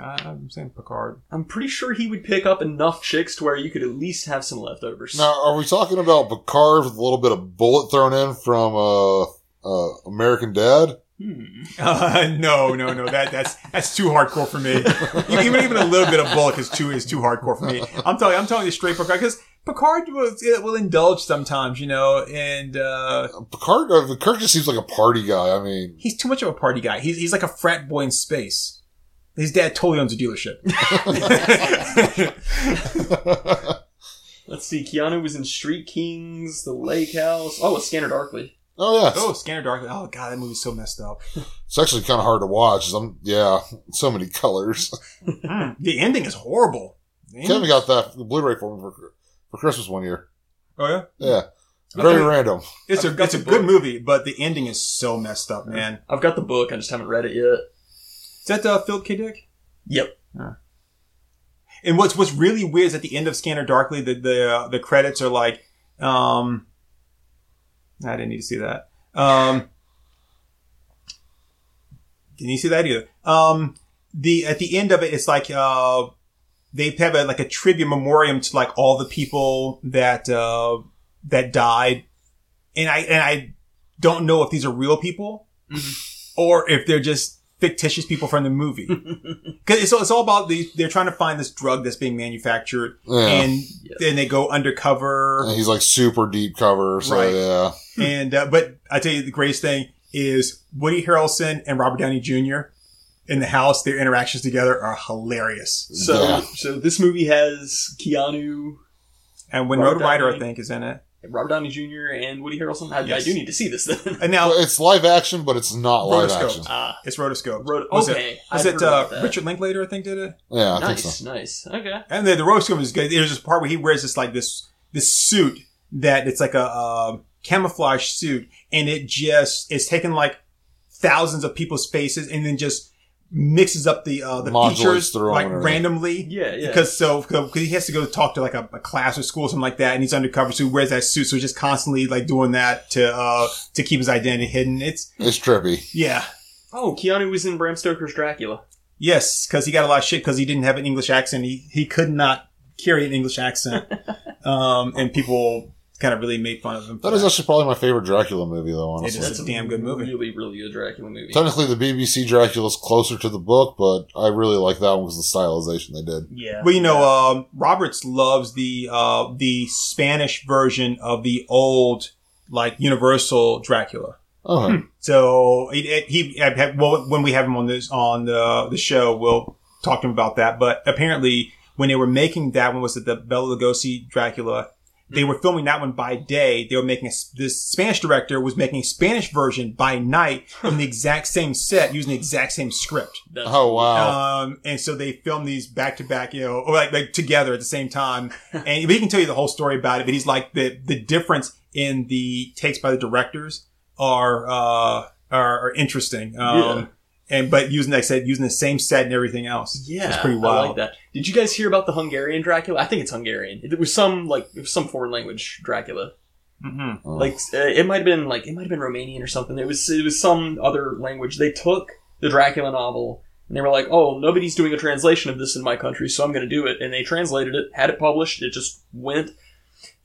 Speaker 3: Uh, I'm saying Picard.
Speaker 2: I'm pretty sure he would pick up enough chicks to where you could at least have some leftovers.
Speaker 4: Now, are we talking about Picard with a little bit of bullet thrown in from uh, uh, American Dad?
Speaker 2: Hmm.
Speaker 3: Uh, no, no, no. That that's that's too hardcore for me. even even a little bit of bulk is too is too hardcore for me. I'm telling I'm telling you straight Picard because Picard will, will indulge sometimes, you know, and uh,
Speaker 4: Picard, uh, Kirk just seems like a party guy. I mean,
Speaker 3: he's too much of a party guy. He's, he's like a frat boy in space. His dad totally owns a dealership.
Speaker 2: Let's see. Keanu was in Street Kings, The Lake House. Oh, it's Scanner Darkly.
Speaker 4: oh yeah,
Speaker 3: oh, Scanner Darkly. Oh, God, that movie's so messed up.
Speaker 4: it's actually kind of hard to watch. 'cause I'm, yeah, so many colors.
Speaker 3: Mm, the ending is horrible. The
Speaker 4: Kevin
Speaker 3: ending-
Speaker 4: got that Blu-ray for me for, for Christmas one year.
Speaker 3: Oh, yeah?
Speaker 4: Yeah, very
Speaker 3: Okay.
Speaker 4: random.
Speaker 3: It's a,
Speaker 2: I've got
Speaker 3: it's a
Speaker 2: the
Speaker 3: good
Speaker 2: book.
Speaker 3: movie, but the ending is so messed up, man.
Speaker 2: I've got the book. I just haven't read it yet.
Speaker 3: Is that uh, Philip K. Dick?
Speaker 2: Yep.
Speaker 3: And what's what's really weird is at the end of Scanner Darkly, the the, uh, the credits are like, um, I didn't need to see that. Um, didn't need to see that either. Um, the at the end of it, it's like uh, they have a, like a tribute memoriam to like all the people that uh, that died, and I and I don't know if these are real people or if they're just fictitious people from the movie. Because it's, all- it's all about the, they're trying to find this drug that's being manufactured,
Speaker 4: Yeah.
Speaker 3: and
Speaker 2: Yeah.
Speaker 3: then they go undercover.
Speaker 4: And he's like super deep cover, so
Speaker 3: Right.
Speaker 4: yeah.
Speaker 3: and uh, but I tell you, the greatest thing is Woody Harrelson and Robert Downey Jr. in the house. Their interactions together are hilarious.
Speaker 2: So,
Speaker 4: Yeah.
Speaker 2: so this movie has Keanu,
Speaker 3: And when
Speaker 2: Robert
Speaker 3: Road Rider, I
Speaker 2: Downey.
Speaker 3: think, is in it.
Speaker 2: Robert Downey Jr., and Woody Harrelson. I, I
Speaker 3: Yes.
Speaker 2: do need to see this then.
Speaker 3: And now
Speaker 4: But it's live action, but it's not live
Speaker 3: Rotoscope.
Speaker 4: action.
Speaker 2: Uh,
Speaker 3: it's Rotoscope.
Speaker 2: Rhoda-
Speaker 3: was it,
Speaker 2: okay.
Speaker 3: was
Speaker 2: I'd
Speaker 3: it
Speaker 2: heard
Speaker 3: uh,
Speaker 2: about that.
Speaker 3: Richard Linklater? I think did it.
Speaker 4: Yeah, I think
Speaker 2: Nice,
Speaker 4: so.
Speaker 2: nice. Okay.
Speaker 3: And then the rotoscope is good. There's this part where he wears this like this this suit that it's like a um camouflage suit, and it just it's taking like thousands of people's faces, and then just mixes up the uh, the
Speaker 4: Modulates
Speaker 3: features
Speaker 4: through 'em
Speaker 3: like
Speaker 4: and everything.
Speaker 3: randomly.
Speaker 2: Yeah, yeah.
Speaker 3: Because so because he has to go talk to like a, a class or school or something like that, and he's undercover, so he wears that suit, so he's just constantly like doing that to uh to keep his identity hidden. It's
Speaker 4: It's trippy.
Speaker 3: yeah.
Speaker 2: Oh, Keanu was in Bram Stoker's Dracula.
Speaker 3: Yes, because he got a lot of shit because he didn't have an English accent. He he could not carry an English accent, um, and people kind of really made fun of him. for
Speaker 4: That is
Speaker 3: that.
Speaker 4: actually probably my favorite Dracula movie, though.
Speaker 3: It
Speaker 4: Honestly,
Speaker 3: is. a damn good movie.
Speaker 2: Really, really good Dracula movie.
Speaker 4: technically the BBC Dracula is closer to the book, but I really like that one because the stylization they did.
Speaker 2: Yeah.
Speaker 3: well, you know, um, Roberts loves the uh, the Spanish version of the old like Universal Dracula.
Speaker 4: Okay,
Speaker 3: Hmm. So it, it, he I- I- well when we have him on this on the the show, we'll talk to him about that. But apparently, when they were making that one, was it the Bela Lugosi Dracula? They were filming that one by day. They were making a, s- this Spanish director was making a Spanish version by night on the exact same set using the exact same script.
Speaker 2: That's-
Speaker 4: oh wow,
Speaker 3: Um, and so they filmed these back to back, you know, or like, like together at the same time. And but he can tell you the whole story about it, but he's like the, the difference in the takes by the directors are, uh, are, are interesting. Um, and, but using, like I said, using the same set and everything else.
Speaker 2: Yeah,
Speaker 3: It's pretty
Speaker 2: I like
Speaker 3: wild.
Speaker 2: that. Did you guys hear about the Hungarian Dracula? I think it's Hungarian. It was some like it was some foreign language Dracula.
Speaker 3: hmm
Speaker 4: Oh.
Speaker 2: Like uh, it might have been like it might have been Romanian or something. It was it was some other language. They took the Dracula novel and they were like, "Oh, nobody's doing a translation of this in my country, so I'm going to do it." And they translated it, had it published. It just went.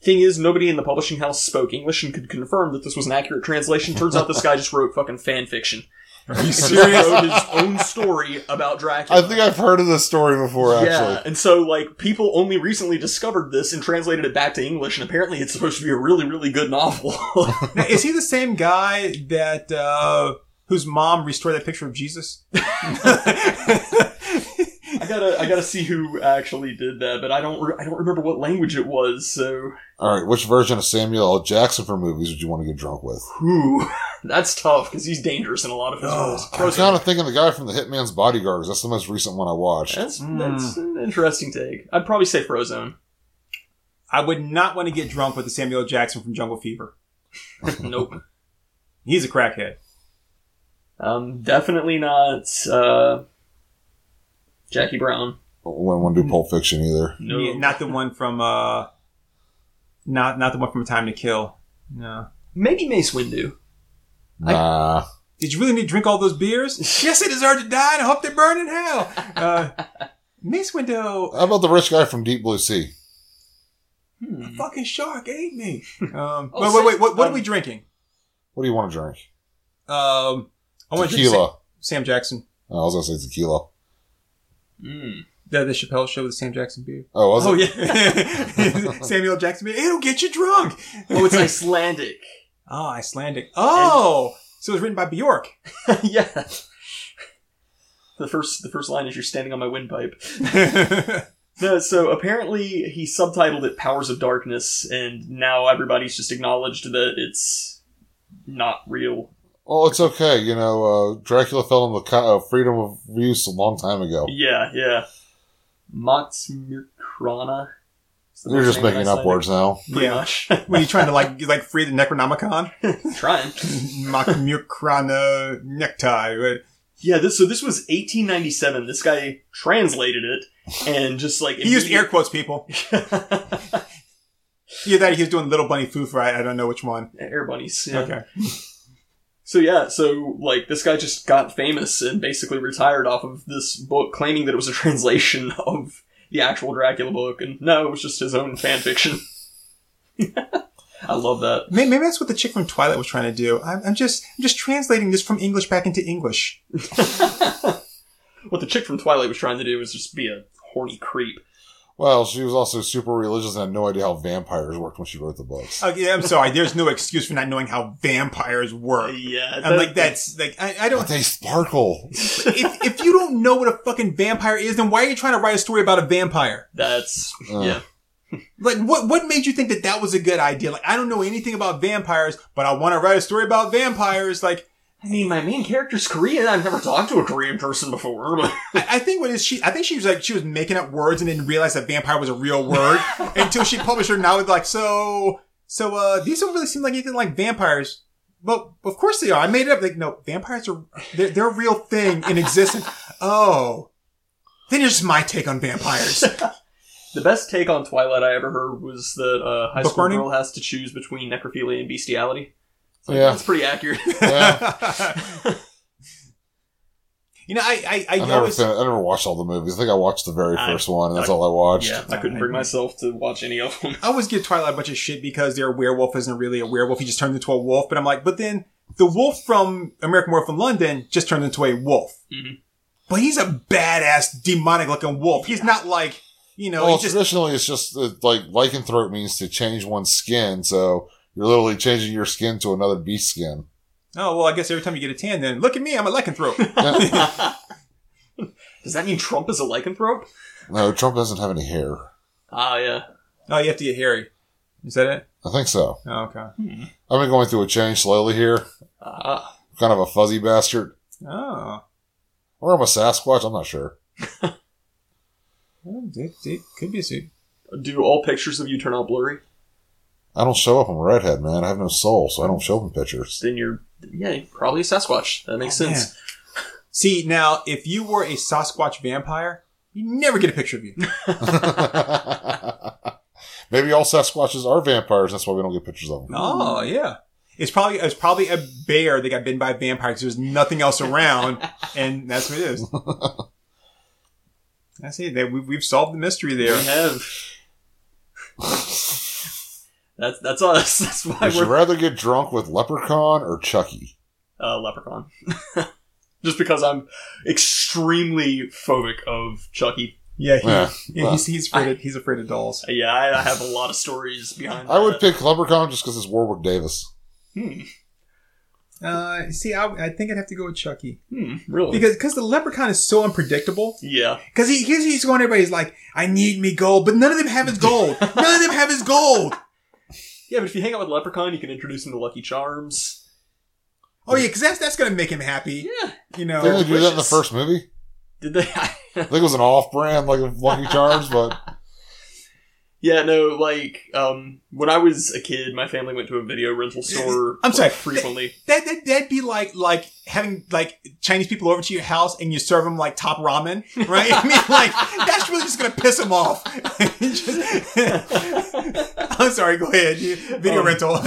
Speaker 2: Thing is, nobody in the publishing house spoke English and could confirm that this was an accurate translation. Turns out this guy just wrote fucking fan fiction.
Speaker 3: Are you
Speaker 2: He
Speaker 3: serious? Oh,
Speaker 2: wrote his own story about Dracula.
Speaker 4: I think I've heard of this story before.
Speaker 2: Yeah,
Speaker 4: Actually,
Speaker 2: and so like people only recently discovered this and translated it back to English, and apparently it's supposed to be a really, really good novel.
Speaker 3: now, is he the same guy that, uh, whose mom restored that picture of Jesus?
Speaker 2: I gotta, I gotta see who actually did that, but I don't, re- I don't remember what language it was. So
Speaker 4: all right. Which version of Samuel L. Jackson for movies would you want to get drunk with?
Speaker 2: who? That's tough because he's dangerous in a lot of his
Speaker 3: Oh,
Speaker 2: roles.
Speaker 4: I was kind of thinking the guy from The Hitman's Bodyguard. 'cause That's the most recent one I watched.
Speaker 2: That's
Speaker 3: Hmm.
Speaker 2: that's an interesting take. I'd probably say Frozone.
Speaker 3: I would not want to get drunk with the Samuel L. Jackson from Jungle Fever.
Speaker 2: nope.
Speaker 3: He's a crackhead.
Speaker 2: Um, definitely not uh, Jackie Brown.
Speaker 4: Wouldn't want to
Speaker 2: Hmm.
Speaker 4: do Pulp Fiction either.
Speaker 2: No.
Speaker 3: Yeah, not the one from uh not not the one from A Time to Kill. No.
Speaker 2: Maybe Mace Windu. I-
Speaker 4: Nah.
Speaker 3: Did you really need to drink all those beers? yes, they deserve to die and I hope they burn in hell. Uh Miss Window,
Speaker 4: How about the rich guy from Deep Blue Sea?
Speaker 2: Hmm.
Speaker 3: fucking shark ate me. Um
Speaker 2: Oh,
Speaker 3: wait, wait, wait, what, what
Speaker 2: um,
Speaker 3: are we drinking?
Speaker 4: What do you want to drink?
Speaker 2: Oh,
Speaker 3: Um I want to drink Sam,
Speaker 4: Tequila. Oh,
Speaker 3: Sam Jackson.
Speaker 4: I was gonna say tequila.
Speaker 2: Mm.
Speaker 3: The, the Chappelle show with Sam Jackson Beer.
Speaker 4: Oh, was
Speaker 2: oh
Speaker 4: it?
Speaker 2: yeah.
Speaker 3: Samuel Jackson Beer. It'll get you drunk.
Speaker 2: Oh, it's Icelandic.
Speaker 3: Oh, Icelandic. Oh, so it was written by Bjork.
Speaker 2: yeah. The first the first line is you're standing on my windpipe. No, so apparently he subtitled it Powers of Darkness, and now everybody's just acknowledged that it's not real.
Speaker 4: Well, it's okay. You know, uh, Dracula fell in the co- uh, freedom of use a long time ago.
Speaker 2: Yeah, yeah. Motsmirkrana. Is the
Speaker 4: You're
Speaker 2: first
Speaker 4: just
Speaker 2: name in
Speaker 4: making up
Speaker 2: Icelandic.
Speaker 4: words now.
Speaker 2: Pretty
Speaker 3: Yeah.
Speaker 2: much.
Speaker 3: when you trying to like you, like free the Necronomicon,
Speaker 2: Trying.
Speaker 3: Makmukrana necktie. Right?
Speaker 2: Yeah, this so this was 1897. This guy translated it and just like
Speaker 3: He used air
Speaker 2: immediate-
Speaker 3: quotes, people. Either that, or he was doing Little Bunny Foo Fry. I don't know which one.
Speaker 2: air bunnies. Yeah.
Speaker 3: Okay.
Speaker 2: So yeah, so like this guy just got famous and basically retired off of this book, claiming that it was a translation of the actual Dracula book, and no, it was just his own fan fiction. I love that.
Speaker 3: May- Maybe that's what the chick from Twilight was trying to do. I'm, I'm just, I'm just translating this from English back into English.
Speaker 2: What the chick from Twilight was trying to do was just be a horny creep.
Speaker 4: Well, she was also super religious and had no idea how vampires worked when she wrote the books.
Speaker 3: Okay, I'm sorry. There's no excuse for not knowing how vampires work.
Speaker 2: Yeah,
Speaker 3: I'm like, that's like, I, I
Speaker 4: But
Speaker 3: don't.
Speaker 4: they sparkle.
Speaker 3: If, if you don't know what a fucking vampire is, then why are you trying to write a story about a vampire?
Speaker 2: That's
Speaker 4: Uh.
Speaker 2: yeah.
Speaker 3: Like, what what made you think that that was a good idea? Like, I don't know anything about vampires, but I want to write a story about vampires. Like,
Speaker 2: I mean, my main character's Korean. I've never talked to a Korean person before. but-
Speaker 3: I, I think what is she? I think she was like she was making up words and didn't realize that vampire was a real word until she published her novel. Like, so so uh, these don't really seem like anything like vampires. Well, of course they are. I made it up. Like, no, vampires are they're, they're a real thing in existence. Oh, then it's just my take on vampires.
Speaker 2: The best take on Twilight I ever heard was that uh, high
Speaker 3: Book
Speaker 2: school
Speaker 3: burning?
Speaker 2: girl has to choose between necrophilia and bestiality. It's like,
Speaker 4: Yeah.
Speaker 2: that's pretty accurate.
Speaker 4: Yeah.
Speaker 3: you know, I I, I,
Speaker 4: I never,
Speaker 3: always
Speaker 4: fin- I never watched all the movies. I think I watched the very
Speaker 2: I-
Speaker 4: first one, and that's
Speaker 2: I-
Speaker 4: all I watched.
Speaker 2: yeah, I couldn't bring myself to watch any of them.
Speaker 3: I always give Twilight a bunch of shit because their werewolf isn't really a werewolf. He just turned into a wolf. But I'm like, but then the wolf from American Werewolf in London just turned into a wolf.
Speaker 2: Mhm.
Speaker 3: But he's a badass, demonic looking wolf. He's not like, you know,
Speaker 4: well,
Speaker 3: he's just.
Speaker 4: traditionally, it's just uh, like lycanthrope means to change one's skin, so you're literally changing your skin to another beast skin.
Speaker 3: Oh, well, I guess every time you get a tan, then look at me, I'm a lycanthrope.
Speaker 4: Yeah.
Speaker 2: Does that mean Trump is a lycanthrope?
Speaker 4: no, Trump doesn't have any hair.
Speaker 2: Ah, yeah.
Speaker 3: oh, you have to get hairy. Is that it?
Speaker 4: I think so.
Speaker 3: Oh, okay.
Speaker 4: I've been going through a change slowly here.
Speaker 2: Ah.
Speaker 4: Kind of a fuzzy bastard.
Speaker 3: Oh.
Speaker 4: Or I'm a Sasquatch, I'm not sure.
Speaker 3: Well, It, it could be a suit.
Speaker 2: do all pictures of you turn out blurry?
Speaker 4: I don't show up. I'm a redhead, man. I have no soul, so I don't show up in pictures.
Speaker 2: Then you're, yeah, you're probably a Sasquatch. That makes
Speaker 3: Oh,
Speaker 2: sense.
Speaker 3: See, now, if you were a Sasquatch vampire, you never get a picture of you.
Speaker 4: Maybe all Sasquatches are vampires. That's why we don't get pictures of them.
Speaker 3: Oh yeah, it's probably it's probably a bear that got bitten by a vampire because there's nothing else around, and that's what it is. I see that we've, we've solved the mystery
Speaker 2: We
Speaker 3: there.
Speaker 2: have. that's that's us. That's why
Speaker 4: Would you
Speaker 2: we're
Speaker 4: rather get drunk with Leprechaun or Chucky?
Speaker 2: uh, leprechaun. Just because I'm extremely phobic of Chucky.
Speaker 3: Yeah, he,
Speaker 4: Yeah.
Speaker 3: yeah, he's, he's afraid of, he's afraid of dolls.
Speaker 2: Yeah, I, I have a lot of stories behind.
Speaker 4: I would
Speaker 2: that.
Speaker 4: pick Leprechaun just because it's Warwick Davis.
Speaker 2: Hmm.
Speaker 3: Uh, see, I, I think I'd have to go with Chucky
Speaker 2: Hmm. Really?
Speaker 3: because because the leprechaun is so unpredictable.
Speaker 2: yeah.
Speaker 3: Because he he's, he's going, everybody's like, I need me gold, but none of them have his gold. none of them have his gold.
Speaker 2: Yeah, but if you hang out with Leprechaun, you can introduce him to Lucky Charms.
Speaker 3: Oh yeah, because that's that's gonna make him happy,
Speaker 2: Yeah.
Speaker 3: you
Speaker 4: Did
Speaker 3: know.
Speaker 4: they do that in the
Speaker 2: delicious.
Speaker 4: first movie?
Speaker 2: Did they?
Speaker 4: I think it was an off-brand like of Lucky Charms, but
Speaker 2: yeah, no, like, um, when I was a kid, my family went to a video rental store.
Speaker 3: I'm sorry.
Speaker 2: like, frequently.
Speaker 3: That, that that'd be like like having like Chinese people over to your house and you serve them like top ramen, right? I mean, like that's really just gonna piss them off. Just- I'm sorry. Go ahead. You- Video
Speaker 2: Um,
Speaker 3: rental.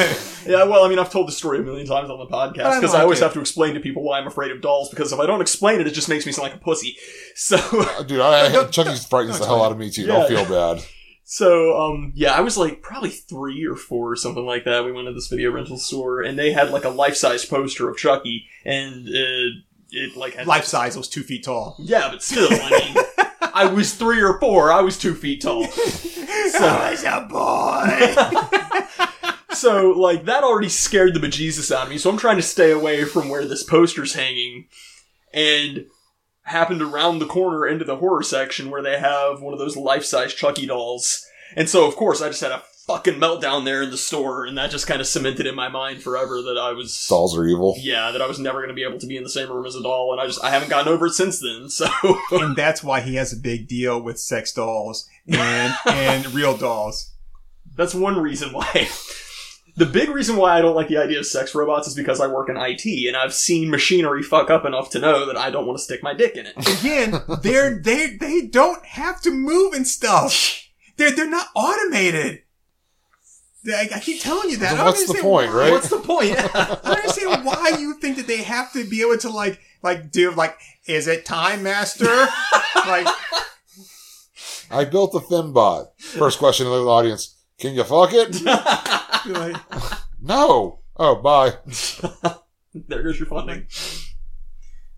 Speaker 2: Yeah, well, I mean, I've told the story a million times on the
Speaker 3: I
Speaker 2: podcast because I,
Speaker 3: like
Speaker 2: always
Speaker 3: it.
Speaker 2: have to explain to people why I'm afraid of dolls because if I don't explain it, it just makes me sound like a pussy. So,
Speaker 4: uh, dude, I,
Speaker 3: don't-
Speaker 4: Chucky frightens the hell out of me too. Don't
Speaker 2: Yeah.
Speaker 4: feel bad.
Speaker 2: so, um, yeah, I was like probably three or four or something like that. We went to this video rental store and they had like a life size poster of Chucky and uh, it like had
Speaker 3: Life size was two feet tall.
Speaker 2: Yeah, but still, I mean, I was three or four. I was two feet tall. So,
Speaker 3: was a boy.
Speaker 2: so like that already scared the bejesus out of me. So I'm trying to stay away from where this poster's hanging, and happened around the corner into the horror section where they have one of those life-size Chucky dolls. And so of course I just had a fucking meltdown there in the store, and that just kind of cemented in my mind forever that I was
Speaker 4: Dolls are evil.
Speaker 2: yeah, that I was never going to be able to be in the same room as a doll, and I just I haven't gotten over it since then. So
Speaker 3: and that's why he has a big deal with sex dolls and and real dolls.
Speaker 2: that's one reason why. The big reason why I don't like the idea of sex robots is because I work in IT and I've seen machinery fuck up enough to know that I don't want to stick my dick in it.
Speaker 3: Again, they're they they don't have to move and stuff. They're they're not automated. I, I keep telling you that. I don't
Speaker 4: What's the
Speaker 3: understand
Speaker 4: point,
Speaker 3: why.
Speaker 4: right?
Speaker 2: What's the point?
Speaker 3: I don't understand why you think that they have to be able to like like do like is it time master? like
Speaker 4: I built a Fembot. First question to the audience: Can you fuck it?
Speaker 3: like
Speaker 4: No. Oh, bye.
Speaker 2: there goes your funding.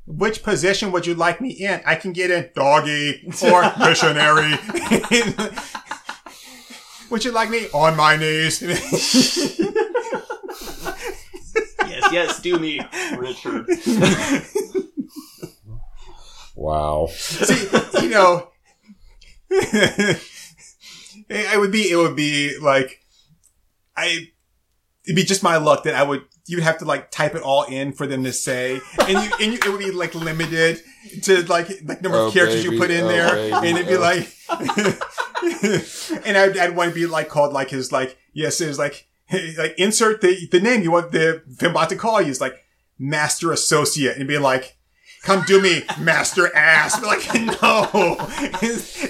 Speaker 3: which position would you like me in? I can get in doggy or missionary. would you like me on my knees?
Speaker 2: Yes, yes, do me, Richard.
Speaker 4: Wow.
Speaker 3: See, you know, it, it would be it would be like I it'd be just my luck that I would you would have to like type it all in for them to say, and you and you, it would be like limited to like like number
Speaker 4: Oh,
Speaker 3: of characters
Speaker 4: baby,
Speaker 3: you put in
Speaker 4: oh,
Speaker 3: there,
Speaker 4: baby,
Speaker 3: and it'd be
Speaker 4: oh.
Speaker 3: like, and I'd, I'd want to be like called like his like yes it was like like insert the the name you want the Fimbot to call you is like master associate and be like. Come do me, master ass. Be like, no. And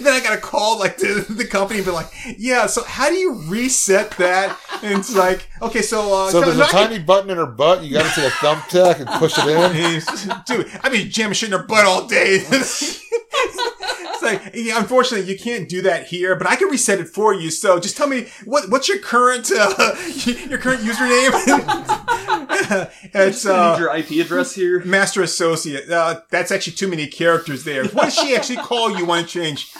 Speaker 3: then I got to call like the, the company and be like, yeah, so how do you reset that? And it's like, okay, so, uh,
Speaker 4: So
Speaker 3: no,
Speaker 4: there's
Speaker 3: no,
Speaker 4: a
Speaker 3: I can-
Speaker 4: tiny button in her butt. You got to take a thumbtack and push it in.
Speaker 3: dude, I've been jamming shit in her butt all day. it's like, yeah, unfortunately, you can't do that here, but I can reset it for you. So just tell me what what's your current uh, your current username? it's
Speaker 2: I need
Speaker 3: uh,
Speaker 2: your IP address here.
Speaker 3: master associate. Uh, that's actually too many characters there. What does she actually call you? Want to change?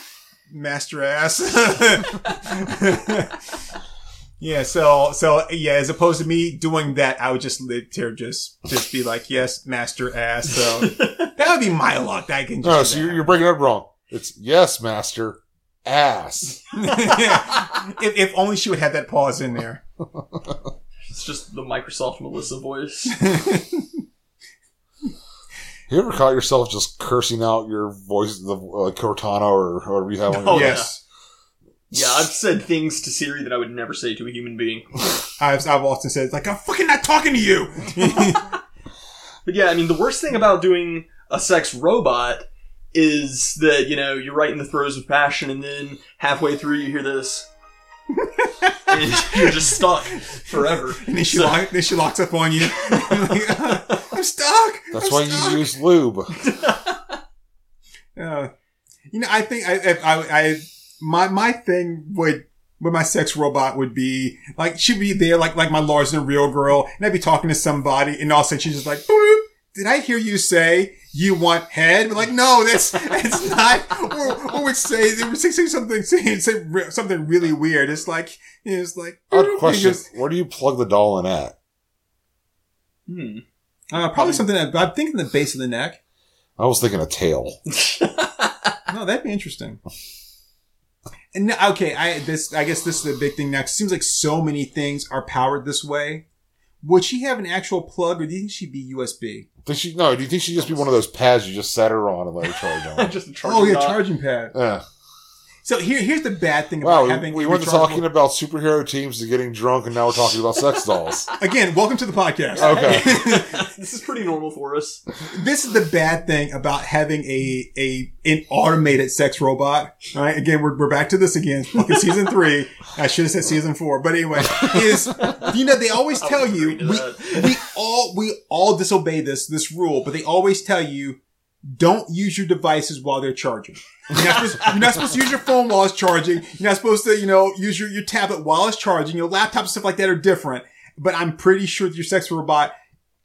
Speaker 3: Master ass. yeah. So so yeah. As opposed to me doing that, I would just live here, just just be like, yes, master ass. So that would be my luck. that I can.
Speaker 4: No,
Speaker 3: Just
Speaker 4: Oh, so
Speaker 3: do
Speaker 4: you're,
Speaker 3: that.
Speaker 4: you're bringing it up wrong. It's yes, master. Ass.
Speaker 3: Yeah. if, if only she would have that pause in there.
Speaker 2: It's just the Microsoft Melissa voice.
Speaker 4: You ever caught yourself just cursing out your voice, the uh, Cortana or whatever you have on
Speaker 2: No. Oh,
Speaker 4: your
Speaker 3: yes.
Speaker 2: Yeah, I've said things to Siri that I would never say to a human being.
Speaker 3: I've, I've often said, like, I'm fucking not talking to you.
Speaker 2: But yeah, I mean, the worst thing about doing a sex robot is that, you know, you're right in the throes of passion, and then halfway through you hear this. and you're just stuck forever.
Speaker 3: And then she,
Speaker 2: So-
Speaker 3: lock, then she locks up on you. I'm stuck.
Speaker 4: That's
Speaker 3: I'm
Speaker 4: why
Speaker 3: stuck.
Speaker 4: you use lube.
Speaker 3: Uh, you know, I think I, if I, I, my, my thing would, with my sex robot would be like she'd be there like like my Lars and real girl, and I'd be talking to somebody, and all of a sudden she's just like, "Boop, did I hear you say you want head?" But like, no, that's that's not. Or, or would say they would say, say something say, say re- something really weird. It's like you know, it's like
Speaker 4: Odd
Speaker 3: boop,
Speaker 4: question.
Speaker 3: because-
Speaker 4: Where do you plug the doll in at?
Speaker 2: Hmm.
Speaker 3: Uh, probably something that I'm thinking the base of the neck.
Speaker 4: I was thinking a tail.
Speaker 3: No, that'd be interesting. And no- okay, I this I guess this is the big thing now. 'cause It seems like so many things are powered this way. Would she have an actual plug, or do you think she'd be USB?
Speaker 4: Think she, no, do you think she'd just be one of those pads you just set her on and let her charge on?
Speaker 2: just a charger
Speaker 3: Oh yeah,
Speaker 2: dot.
Speaker 3: charging pad.
Speaker 4: Yeah.
Speaker 3: So here, here's the bad thing about
Speaker 4: Wow, we,
Speaker 3: having.
Speaker 4: we went to
Speaker 3: rechargeable-
Speaker 4: talking about superhero teams to getting drunk, and now we're talking about sex dolls.
Speaker 3: again. Welcome to the podcast.
Speaker 4: Okay.
Speaker 2: this is pretty normal for us.
Speaker 3: this is the bad thing about having a a an automated sex robot. All right, again, we're, we're back to this again. Fucking season three. I should have said season four, but anyway, is you know they always
Speaker 2: I
Speaker 3: tell
Speaker 2: would
Speaker 3: you
Speaker 2: agree to
Speaker 3: we,
Speaker 2: that.
Speaker 3: we all we all disobey this this rule, but they always tell you don't use your devices while they're charging. You're not, supposed, you're not supposed to use your phone while it's charging. You're not supposed to, you know, use your, your tablet while it's charging. Your laptop and stuff like that are different. But I'm pretty sure that your sex robot,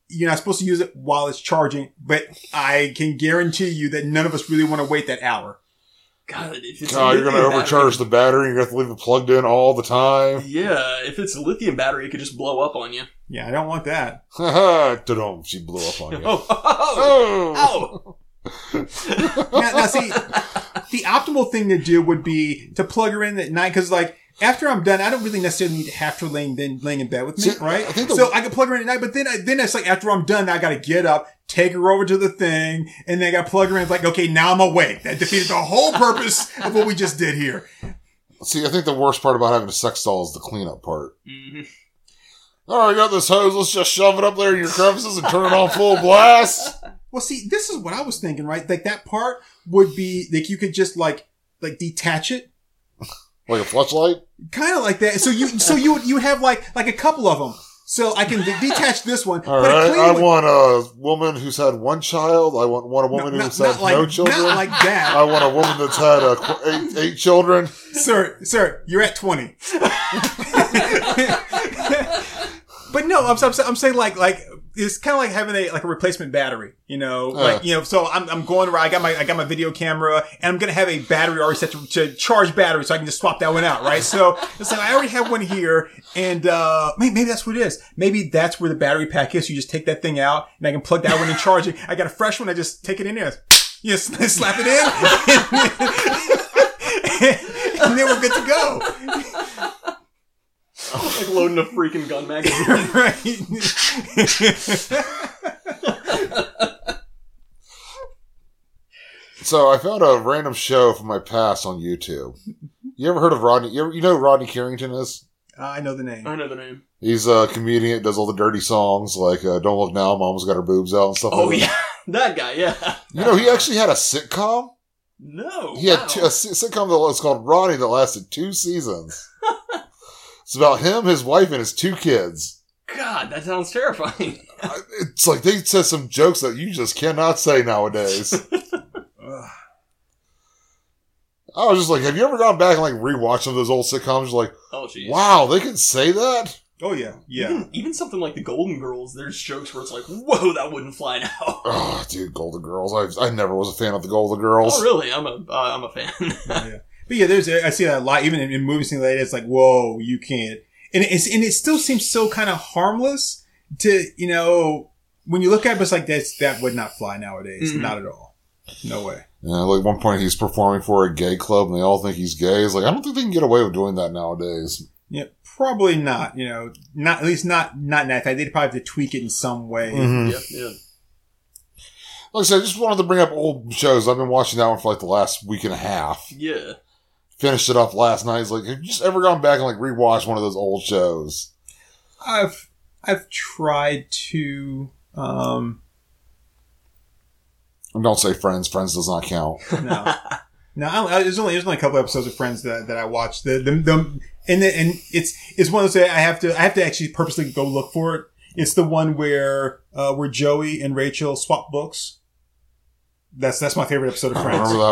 Speaker 3: you're not supposed to use it while it's charging. But I can guarantee you that none of us really want to wait that hour.
Speaker 2: God, if it's a
Speaker 4: God, Oh, you're going to
Speaker 2: lithium
Speaker 4: overcharge the battery. You're going to have to leave it plugged in all the
Speaker 2: battery-
Speaker 4: time.
Speaker 2: Yeah, if it's a lithium battery, it could just blow up on you.
Speaker 3: Yeah, I don't want that.
Speaker 4: Haha, ta She blew up on you.
Speaker 2: Oh, oh,
Speaker 4: Oh.
Speaker 2: ow!
Speaker 3: now, now see, the optimal thing to do would be to plug her in at night because, like, after I'm done, I don't really necessarily need half her laying then laying in bed with me,
Speaker 4: See,
Speaker 3: right?
Speaker 4: I think the-
Speaker 3: so I can plug her in at night, but then I, then it's like after I'm done, I got to get up, take her over to the thing, and then I got to plug her in. It's like, okay, now I'm awake. That defeated the whole purpose of what we just did here.
Speaker 4: See, I think the worst part about having a sex doll is the cleanup part.
Speaker 2: Mhm.
Speaker 4: All right, I got this hose. Let's just shove it up there in your crevices and turn it on full blast.
Speaker 3: Well, see, this is what I was thinking, right? Like that part would be like you could just like like detach it
Speaker 4: Like a flashlight?
Speaker 3: kind of like that. So you, so you, you have like like a couple of them. So I can de- detach this one,
Speaker 4: All
Speaker 3: but a
Speaker 4: right.
Speaker 3: clean
Speaker 4: I
Speaker 3: one,
Speaker 4: want a woman who's had one child. I want, want a woman who's had
Speaker 3: like,
Speaker 4: no children.
Speaker 3: Not like that,
Speaker 4: I want a woman that's had uh, qu- eight, eight children.
Speaker 3: sir. Sir, you're at twenty. but no, I'm, I'm, I'm saying like like it's kind of like having a like a replacement battery, you know,
Speaker 4: Uh.
Speaker 3: like you know. So I'm, I'm going around. I got my I got my video camera, and I'm gonna have a battery already set to, to charge battery, so I can just swap that one out, right? So it's like I already have one here, and uh maybe, maybe that's what it is. Maybe that's where the battery pack is. You just take that thing out, and I can plug that one in charging. I got a fresh one. I just take it in there. Yes, slap it in, and then we're good to go.
Speaker 2: Like loading a freaking gun magazine.
Speaker 3: right.
Speaker 4: So I found a random show from my past on YouTube. You ever heard of Rodney? You, ever, you know who Rodney Carrington is?
Speaker 3: I know the name.
Speaker 2: I know the name.
Speaker 4: He's a comedian. Does all the dirty songs like uh, "Don't Look Now, Mom's Got Her Boobs Out" and stuff.
Speaker 2: Oh
Speaker 4: like
Speaker 2: yeah, that guy. Yeah.
Speaker 4: that. You know, he actually had a sitcom.
Speaker 2: No.
Speaker 4: He had
Speaker 2: wow.
Speaker 4: two, a si- sitcom that was called Rodney that lasted two seasons. it's about him, his wife, and his two kids.
Speaker 2: God, that sounds terrifying.
Speaker 4: I- It's like they said some jokes that you just cannot say nowadays.
Speaker 3: Ugh.
Speaker 4: I was just like, have you ever gone back and like rewatched some of those old sitcoms? You're like,
Speaker 2: Oh jeez.
Speaker 4: wow, they can say that.
Speaker 3: Oh yeah, yeah.
Speaker 2: Even, even something like the Golden Girls, there's jokes where it's like, whoa, that wouldn't fly now.
Speaker 4: Oh, dude, Golden Girls. I, I never was a fan of the Golden Girls. Hmm.
Speaker 2: Oh, really? I'm a, uh, I'm a fan.
Speaker 3: yeah. But yeah, there's I see that a lot. Even in, in movies, things like that, it's like, whoa, you can't. And it's and it still seems so kind of harmless to you know when you look at it, it's like that's that would not fly nowadays.
Speaker 2: Mhm.
Speaker 3: Not at all. No way.
Speaker 4: Yeah, like one point he's performing for a gay club and they all think he's gay. It's like, I don't think they can get away with doing that nowadays.
Speaker 3: Yeah, probably not. You know, not at least not not in that fact. They'd probably have to tweak it in some way.
Speaker 2: yeah, yeah.
Speaker 4: Like I said, I just wanted to bring up old shows. I've been watching that one for like the last week and a half.
Speaker 2: Yeah.
Speaker 4: Finished it up last night. It's like, have you just ever gone back and like rewatched one of those old shows?
Speaker 3: I've I've tried to. um
Speaker 4: And don't say Friends. Friends does not count.
Speaker 3: No, no. I, I, there's only there's only a couple episodes of Friends that, that I watched. The the, the and the, and it's it's one of those that I have to I have to actually purposely go look for it. It's the one where uh, where Joey and Rachel swap books. That's that's my favorite episode of
Speaker 4: I don't remember
Speaker 3: Friends.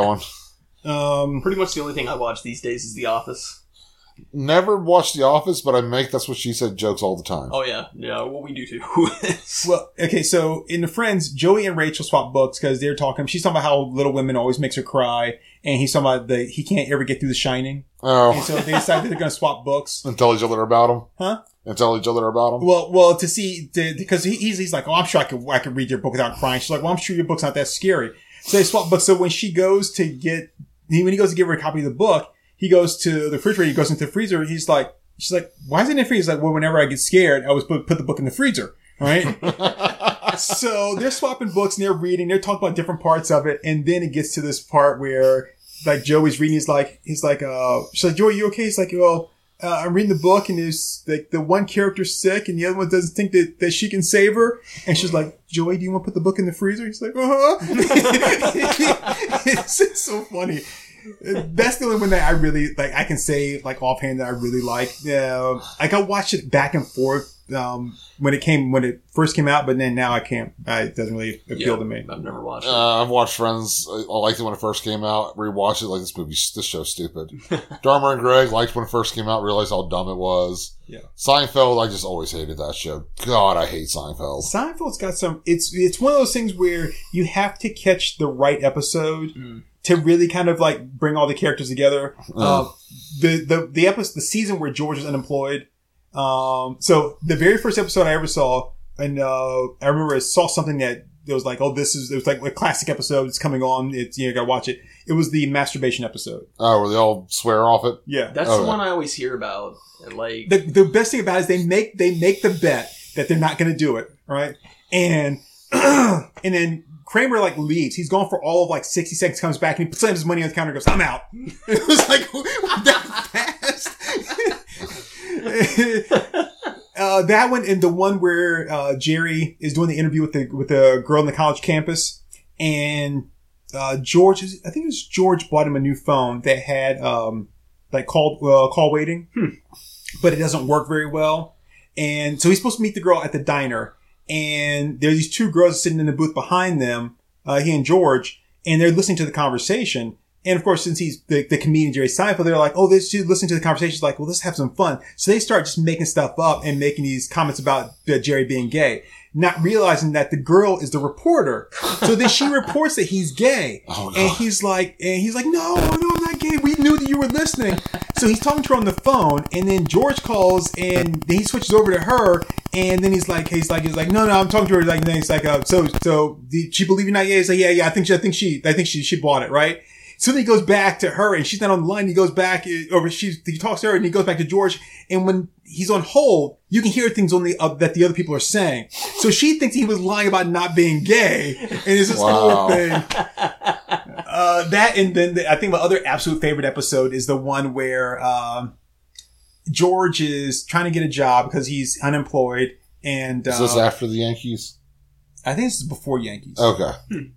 Speaker 4: that one.
Speaker 3: Um,
Speaker 2: Pretty much the only thing I watch these days is The Office.
Speaker 4: Never watched The Office, but I make that's what she said jokes all the time.
Speaker 2: Oh yeah, yeah. What we do too.
Speaker 3: well, okay, so in the Friends, Joey and Rachel swap books because they're talking. She's talking about how Little Women always makes her cry, and he's talking about the he can't ever get through The Shining, and
Speaker 4: Oh,
Speaker 3: so they decide that they're going to swap books.
Speaker 4: and tell each other about them.
Speaker 3: Huh?
Speaker 4: And tell each other about them.
Speaker 3: Well, well, to see to, because he, he's he's like, oh, I'm sure I could I could read your book without crying. She's like, well, I'm sure your book's not that scary. So they swap books. So when she goes to get he- when he goes to give her a copy of the book, he goes to the refrigerator. He goes into the freezer. He's like, she's like, why is it in the freezer? He's like, well, whenever I get scared, I always put, put the book in the freezer. Right. so they're swapping books and they're reading. They're talking about different parts of it, and then it gets to this part where like Joey's reading. He's like, he's like, uh, she's like, Joey, you okay? He's like, well, uh, I'm reading the book, and there's like the one character's sick, and the other one doesn't think that, that she can save her, and she's like, Joey, do you want to put the book in the freezer? He's like, uh huh. it's, it's so funny. That's the only one that I really like. I can say like offhand that I really like. Yeah, like I watched it back and forth um, when it came when it first came out, but then now I can't. I, it doesn't really appeal
Speaker 2: Yeah,
Speaker 3: to me.
Speaker 2: I've never watched it.
Speaker 4: Uh, I've watched Friends. I I liked it when it first came out. Rewatched it. Like this movie, this show's stupid. Dharma and Greg liked when it first came out. Realized how dumb it was.
Speaker 3: Yeah.
Speaker 4: Seinfeld. I just always hated that show. God, I hate Seinfeld.
Speaker 3: Seinfeld's got some. It's it's one of those things where you have to catch the right episode
Speaker 2: Mm.
Speaker 3: to really kind of like bring all the characters together.
Speaker 4: Uh.
Speaker 3: Uh, the the the episode, the season where George was unemployed. Um, so the very first episode I ever saw, and uh, I remember I saw something that it was like, oh, this is it was like a classic episode. It's coming on. It's you know, gotta watch it. It was the masturbation episode.
Speaker 4: Oh, where they all swear off it.
Speaker 3: Yeah.
Speaker 2: That's
Speaker 4: Oh,
Speaker 2: the
Speaker 4: yeah.
Speaker 2: one I always hear about. And like,
Speaker 3: the, the best thing about it is they make they make the bet that they're not going to do it, right? And and then Kramer like leaves. He's gone for all of like sixty seconds. Comes back and he slams his money on the counter. and Goes, I'm out. it was like that fast. Uh, that one and the one where uh, Jerry is doing the interview with the with the girl on the college campus, and uh, George, is- I think it was George, bought him a new phone that had um, like call uh, call waiting, but it doesn't work very well. And so he's supposed to meet the girl at the diner, and there's these two girls sitting in the booth behind them, uh, he and George, and they're listening to the conversation. And of course, since he's the, the comedian Jerry Seinfeld, they're like, "Oh, this dude listening to the conversation is like, well, let's have some fun." So they start just making stuff up and making these comments about uh, Jerry being gay, not realizing that the girl is the reporter. So then she reports that he's gay,
Speaker 4: Oh,
Speaker 3: and
Speaker 4: God.
Speaker 3: he's like, and he's like, no, no, I'm not gay. We knew that you were listening. So he's talking to her on the phone, and then George calls, and then he switches over to her, and then he's like, he's like, he's like, no, no, I'm talking to her. Like, and then he's like, uh, so, so, did she believe you're not gay? He's like, yeah, yeah, I think she, I think she, I think she, she bought it, right? So then he goes back to her, and she's not on the line. He goes back, uh, or she's, he talks to her, and he goes back to George. And when he's on hold, you can hear things on the uh, that the other people are saying. So she thinks he was lying about not being gay, and it's this
Speaker 4: Wow.
Speaker 3: whole thing. Uh, that, and then the, I think my other absolute favorite episode is the one where um, George is trying to get a job because he's unemployed, and
Speaker 4: Is this
Speaker 3: uh,
Speaker 4: after Oh. the Yankees?
Speaker 3: I think this is before Yankees
Speaker 4: Okay.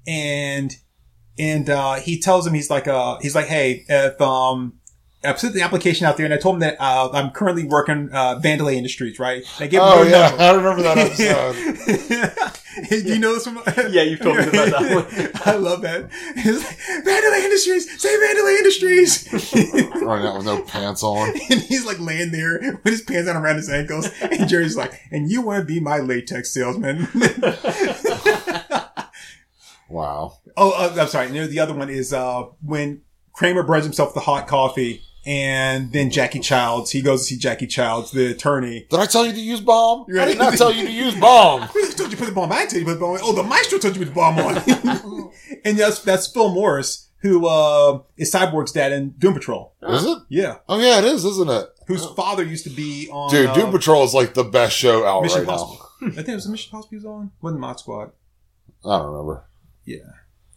Speaker 3: and and uh, he tells him he's like uh he's like hey if um I put the application out there and I told him that uh, I'm currently working uh, Vandalay Industries right. And I gave him
Speaker 4: Oh
Speaker 3: their
Speaker 4: yeah,
Speaker 3: number.
Speaker 4: I remember that episode.
Speaker 3: you know this from
Speaker 2: yeah, you've told me about that one.
Speaker 3: I love that. It's like, Vandalay Industries, say Vandalay Industries.
Speaker 4: Running out with no pants on.
Speaker 3: and he's like laying there with his pants down around his ankles, and Jerry's like, "And you want to be my latex salesman?"
Speaker 4: Wow.
Speaker 3: Oh, uh, I'm sorry. No, the other one is uh, when Kramer burns himself with the hot coffee, and then Jackie Childs. He goes to see Jackie Childs, the attorney.
Speaker 4: Did I tell you to use bomb?
Speaker 3: You're
Speaker 4: I
Speaker 3: right.
Speaker 4: did not tell you to use bomb.
Speaker 3: Who told you to put the bomb? I didn't tell you to put the bomb. on. Oh, the maestro told you to put the bomb on. and that's that's Phil Morris, who uh, is Cyborg's dad in Doom Patrol.
Speaker 4: Is it?
Speaker 3: Yeah,
Speaker 4: Oh yeah, it is, isn't it?
Speaker 3: whose father used to be on
Speaker 4: Dude,
Speaker 3: uh,
Speaker 4: Doom Patrol is like the best show out
Speaker 3: Mission
Speaker 4: right
Speaker 3: Impossible. I think it was Mission Impossible he was on. Wasn't Mod Squad?
Speaker 4: now. I don't remember.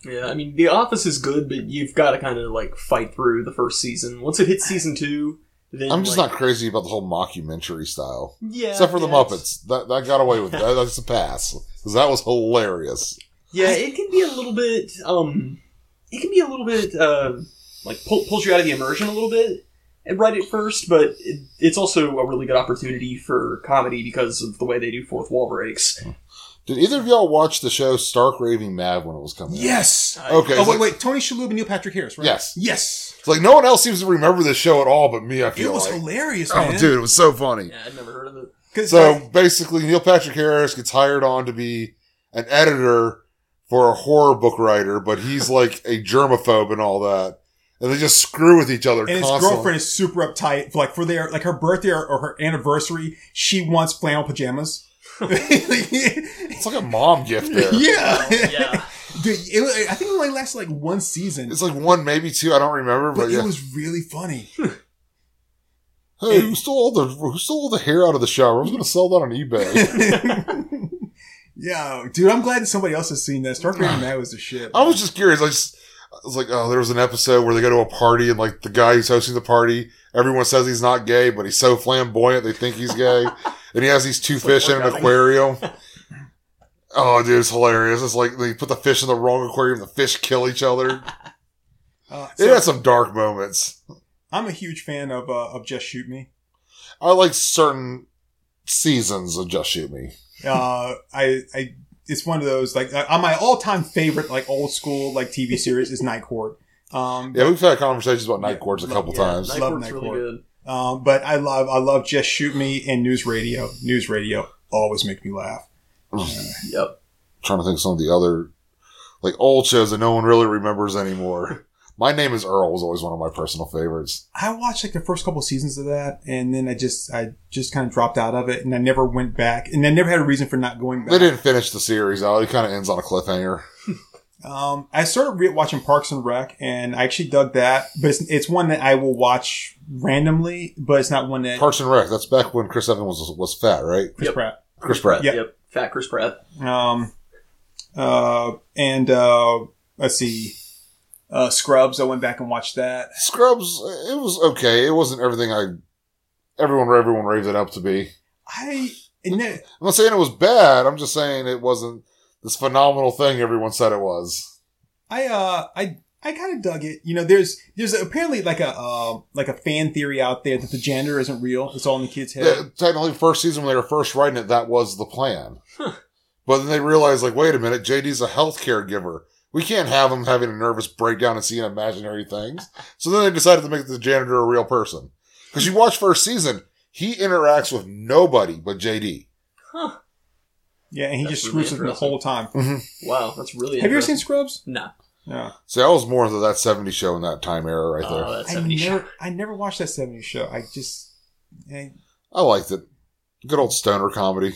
Speaker 2: Yeah, I mean, The Office is good, but you've got to kind of like fight through the first season. Once it hits season two, then
Speaker 4: I'm just
Speaker 2: like-
Speaker 4: not crazy about the whole mockumentary style,
Speaker 2: Yeah,
Speaker 4: except for the
Speaker 2: yeah, it's-
Speaker 4: Muppets. That that got away with that. That's a pass because that was hilarious.
Speaker 2: Yeah, it can be a little bit. um It can be a little bit um like pull, pulls you out of the immersion a little bit and right at first, but it, it's also a really good opportunity for comedy because of the way they do fourth wall breaks.
Speaker 4: Did either of y'all watch the show Stark Raving Mad when it was coming? out?
Speaker 3: Yes.
Speaker 4: Okay.
Speaker 3: oh
Speaker 4: it's
Speaker 3: wait,
Speaker 4: like,
Speaker 3: wait. Tony Shalhoub and Neil Patrick Harris, right?
Speaker 4: Yes.
Speaker 3: Yes.
Speaker 4: it's like no one else seems to remember this show at all, but me. I
Speaker 3: It
Speaker 4: feel
Speaker 3: was
Speaker 4: like.
Speaker 3: hilarious, man.
Speaker 4: Oh, dude, it was so funny.
Speaker 2: Yeah, I'd never heard of it.
Speaker 3: 'Cause,
Speaker 4: So
Speaker 3: uh,
Speaker 4: basically, Neil Patrick Harris gets hired on to be an editor for a horror book writer, but he's like a germaphobe and all that. And they just screw with each other
Speaker 3: and his
Speaker 4: constantly.
Speaker 3: girlfriend is super uptight. Like for their like her birthday or, or her anniversary, she wants flannel pajamas.
Speaker 4: It's like a mom gift there.
Speaker 3: yeah,
Speaker 2: Yeah,
Speaker 3: Dude, it, was- I think it only lasted like one season,
Speaker 4: It's like one, maybe two. I don't remember,
Speaker 3: but,
Speaker 4: but, yeah.
Speaker 3: it was really funny.
Speaker 4: hey, who stole all the who stole all the hair out of the shower? I was going to sell that on eBay.
Speaker 3: yeah, dude, I'm glad that somebody else has seen that. Star Rating Mad was the shit.
Speaker 4: Ah. I was just curious. I just I was like, oh, there was an episode where they go to a party and like the guy who's hosting the party, everyone says he's not gay, but he's so flamboyant they think he's gay, and he has these two fish in an
Speaker 2: workout.
Speaker 4: aquarium. Oh, dude, it's hilarious. It's like they put the fish in the wrong aquarium, the fish kill each other.
Speaker 3: Uh,
Speaker 4: It
Speaker 3: so
Speaker 4: had some dark moments.
Speaker 3: I'm a huge fan of uh, of Just Shoot Me.
Speaker 4: I like certain seasons of Just Shoot Me.
Speaker 3: Uh, I I it's one of those like uh, my all time favorite like old school like TV series is Night Court. Um,
Speaker 4: Yeah, we've had conversations about
Speaker 3: Yeah,
Speaker 4: night courts a
Speaker 3: like-
Speaker 4: couple
Speaker 2: yeah,
Speaker 4: times.
Speaker 2: Night
Speaker 3: Love
Speaker 2: Court's
Speaker 3: Night
Speaker 2: really
Speaker 3: Court.
Speaker 2: good.
Speaker 3: Um, but I love, I love Just Shoot Me and News Radio. News Radio always make me laugh.
Speaker 2: Yep.
Speaker 4: trying to think of some of the other like old shows that no one really remembers anymore. My name is Earl was always one of my personal favorites.
Speaker 3: I watched like the first couple seasons of that, and then I just I just kind of dropped out of it, and I never went back, and I never had a reason for not going
Speaker 4: They
Speaker 3: back.
Speaker 4: didn't finish the series out. It kind of ends on a cliffhanger.
Speaker 3: Um, I started re- watching Parks and Rec, and I actually dug that, but it's, it's one that I will watch randomly, but it's not one that
Speaker 4: Parks and Rec. That's back when Chris Evans was was fat, right?
Speaker 3: Chris
Speaker 2: Yep.
Speaker 3: Pratt.
Speaker 4: Chris Pratt.
Speaker 3: Yep.
Speaker 2: Yep. Fat Chris Pratt.
Speaker 3: Um, uh, and uh, let's see, uh, Scrubs. I went back and watched that.
Speaker 4: Scrubs. It was okay. It wasn't everything I everyone everyone raved it up to be.
Speaker 3: I and that-
Speaker 4: I'm not saying it was bad. I'm just saying it wasn't this phenomenal thing everyone said it was.
Speaker 3: I uh I I kind of dug it. You know, there's there's apparently like a uh, like a fan theory out there that the gender isn't real. It's all in the kid's head.
Speaker 4: Yeah, technically, first season when they were first writing it, that was the plan. But then they realized, like, wait a minute, JD's a healthcare giver. We can't have him having a nervous breakdown and seeing imaginary things. So then they decided to make the janitor a real person. Because you watch first season, he interacts with nobody but JD.
Speaker 3: Yeah, and he
Speaker 2: That's
Speaker 3: just
Speaker 2: really
Speaker 3: screws with him the
Speaker 2: interesting.
Speaker 3: whole time.
Speaker 2: Wow, that's really.
Speaker 3: Have you ever
Speaker 2: interesting.
Speaker 3: seen Scrubs?
Speaker 2: No.
Speaker 3: No.
Speaker 4: So I was more into that 70 show in that time era right there.
Speaker 2: Oh, that's
Speaker 3: I
Speaker 2: 70
Speaker 3: never I never watched that 70s show. I just I,
Speaker 4: I liked it. Good old stoner comedy.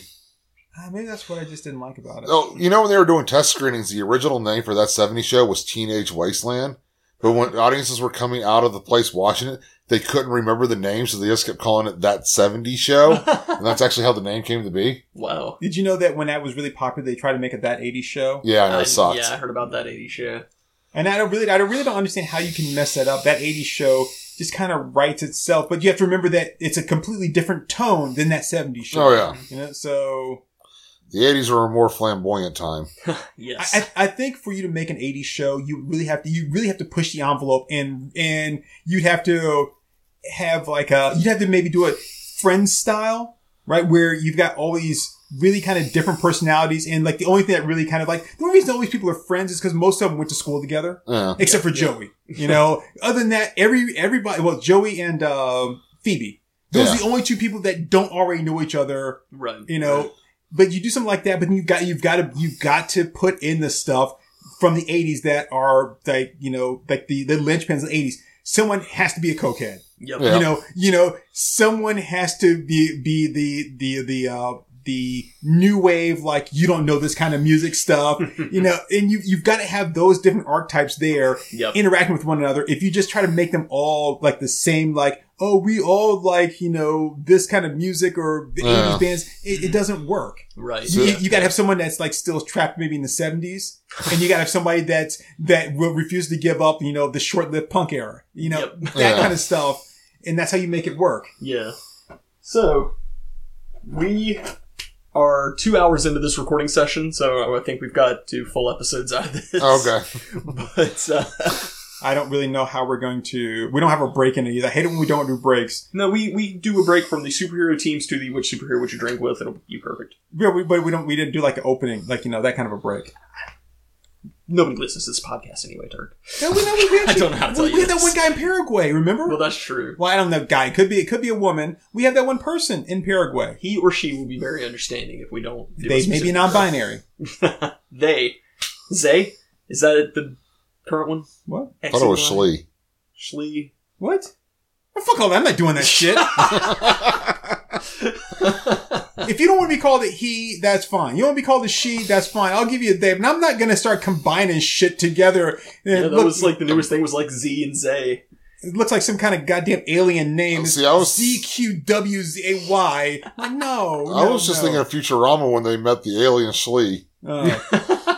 Speaker 3: ah, maybe that's what I just didn't like about it.
Speaker 4: Oh, you know when they were doing test screenings, the original name for that 70 show was Teenage Wasteland. But when audiences were coming out of the place watching it, they couldn't remember the name, so they just kept calling it that 70 show. and that's actually how the name came to be.
Speaker 2: Wow.
Speaker 3: Did you know that when that was really popular, they tried to make it that 80s show?
Speaker 4: Yeah, I know
Speaker 2: I-
Speaker 4: it sucked.
Speaker 2: Yeah, I heard about that 80 show.
Speaker 3: And I don't really, I really don't understand how you can mess that up. That 80s show just kind of writes itself, but you have to remember that it's a completely different tone than that 70s show.
Speaker 4: Oh, yeah.
Speaker 3: You know, so
Speaker 4: The 80s were a more flamboyant time.
Speaker 2: Yes.
Speaker 3: I, I I think for you to make an 80s show, you really have to, you really have to push the envelope and, and you'd have to have like a, you'd have to maybe do it friends style, right? Where you've got all these really kind of different personalities. And like the only thing that really kind of like, the only reason all these people are friends is because most of them went to school together.
Speaker 4: Yeah.
Speaker 3: except for Joey. You know, other than that, every everybody, well, Joey and um Phoebe, those are the only two people that don't already know each other.
Speaker 2: right.
Speaker 3: You know, but you do something like that, but then you've got you've got to you've got to put in the stuff from the '80s that are like you know like the the linchpins of the '80s. Someone has to be a cokehead.
Speaker 2: Yep.
Speaker 4: Yeah.
Speaker 3: You know, you know, someone has to be be the the the uh the new wave like you don't know this kind of music stuff. you know, and you you've got to have those different archetypes there
Speaker 2: Yep.
Speaker 3: interacting with one another if you just try to make them all like the same like oh we all like you know this kind of music or the
Speaker 4: Yeah.
Speaker 3: 80s bands it, it doesn't work
Speaker 2: Right.
Speaker 3: you,
Speaker 2: yeah.
Speaker 3: you gotta have someone that's like still trapped maybe in the 70s and you gotta have somebody that's that will refuse to give up you know the short-lived punk era you know
Speaker 2: Yep.
Speaker 3: that
Speaker 4: Yeah.
Speaker 3: kind of stuff and that's how you make it work
Speaker 2: Yeah. So, we are two hours into this recording session, so I think we've got two full episodes out of this.
Speaker 4: Okay.
Speaker 2: But, uh,
Speaker 3: i don't really know how we're going to we don't have a break in it either i hate it when we don't do breaks
Speaker 2: no, we, we do a break from the superhero teams to the which superhero would you drink with. It'll be perfect.
Speaker 3: but we, but we don't we didn't do like an opening like you know that kind of a break
Speaker 2: Nobody listens to this podcast anyway, Turk.
Speaker 3: That was- that was- we
Speaker 2: I don't know how to tell
Speaker 3: we,
Speaker 2: you
Speaker 3: we had that
Speaker 2: this.
Speaker 3: one guy in Paraguay, remember?
Speaker 2: Well, that's true.
Speaker 3: well, I don't know, guy. It could be it could be a woman. We have that one person in Paraguay.
Speaker 2: He or she will be very understanding if we don't. do a
Speaker 3: They may be
Speaker 2: specific-
Speaker 3: non-binary.
Speaker 2: They. Zay? Is that the current one?
Speaker 3: What?
Speaker 4: I thought it was
Speaker 2: Exit line?
Speaker 4: Schley.
Speaker 2: Schley.
Speaker 3: What? Well, fuck all that. I'm not doing that shit. if you don't want to be called a he, that's fine. You want to be called a she, that's fine. I'll give you a they. But I'm not going to start combining shit together.
Speaker 2: Yeah, that
Speaker 3: Look,
Speaker 2: was like the newest thing was like Z and Zay.
Speaker 3: It looks like some kind of goddamn alien name.
Speaker 4: See, I was-
Speaker 3: ZQWZY. Like, no.
Speaker 4: I
Speaker 3: no,
Speaker 4: was just
Speaker 3: no.
Speaker 4: thinking of Futurama when they met the alien Schley.
Speaker 3: Oh.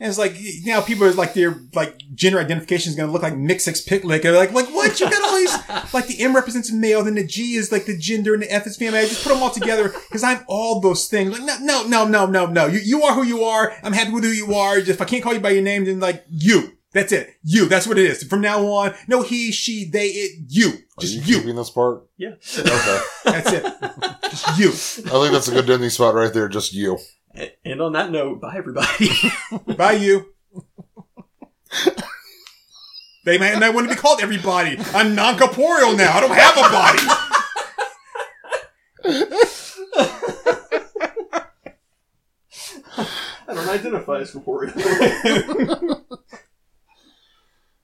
Speaker 3: And it's like now people are like their like gender identification is going to look like mixix picnic. They're like, like what? You got all these like the M represents male, then the G is like the gender, and the F is family. I just put them all together because I'm all those things. Like no, no, no, no, no, no. You you are who you are. I'm happy with who you are. If I can't call you by your name, then like you. That's it. You. That's what it is. From now on, no he, she, they, it, you.
Speaker 4: Are
Speaker 3: Just
Speaker 4: you,
Speaker 3: you.
Speaker 4: keeping this part?
Speaker 2: Yeah.
Speaker 4: Okay.
Speaker 3: That's it. Just you.
Speaker 4: I think that's a good ending spot right there. Just you.
Speaker 2: And on that note, bye everybody.
Speaker 3: Bye, you. they might not want to be called everybody. I'm non corporeal now. I don't have a body.
Speaker 2: I don't identify as corporeal.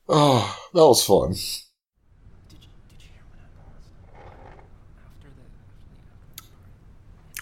Speaker 4: Oh. That was fun.
Speaker 5: Did you, did you hear what I After the.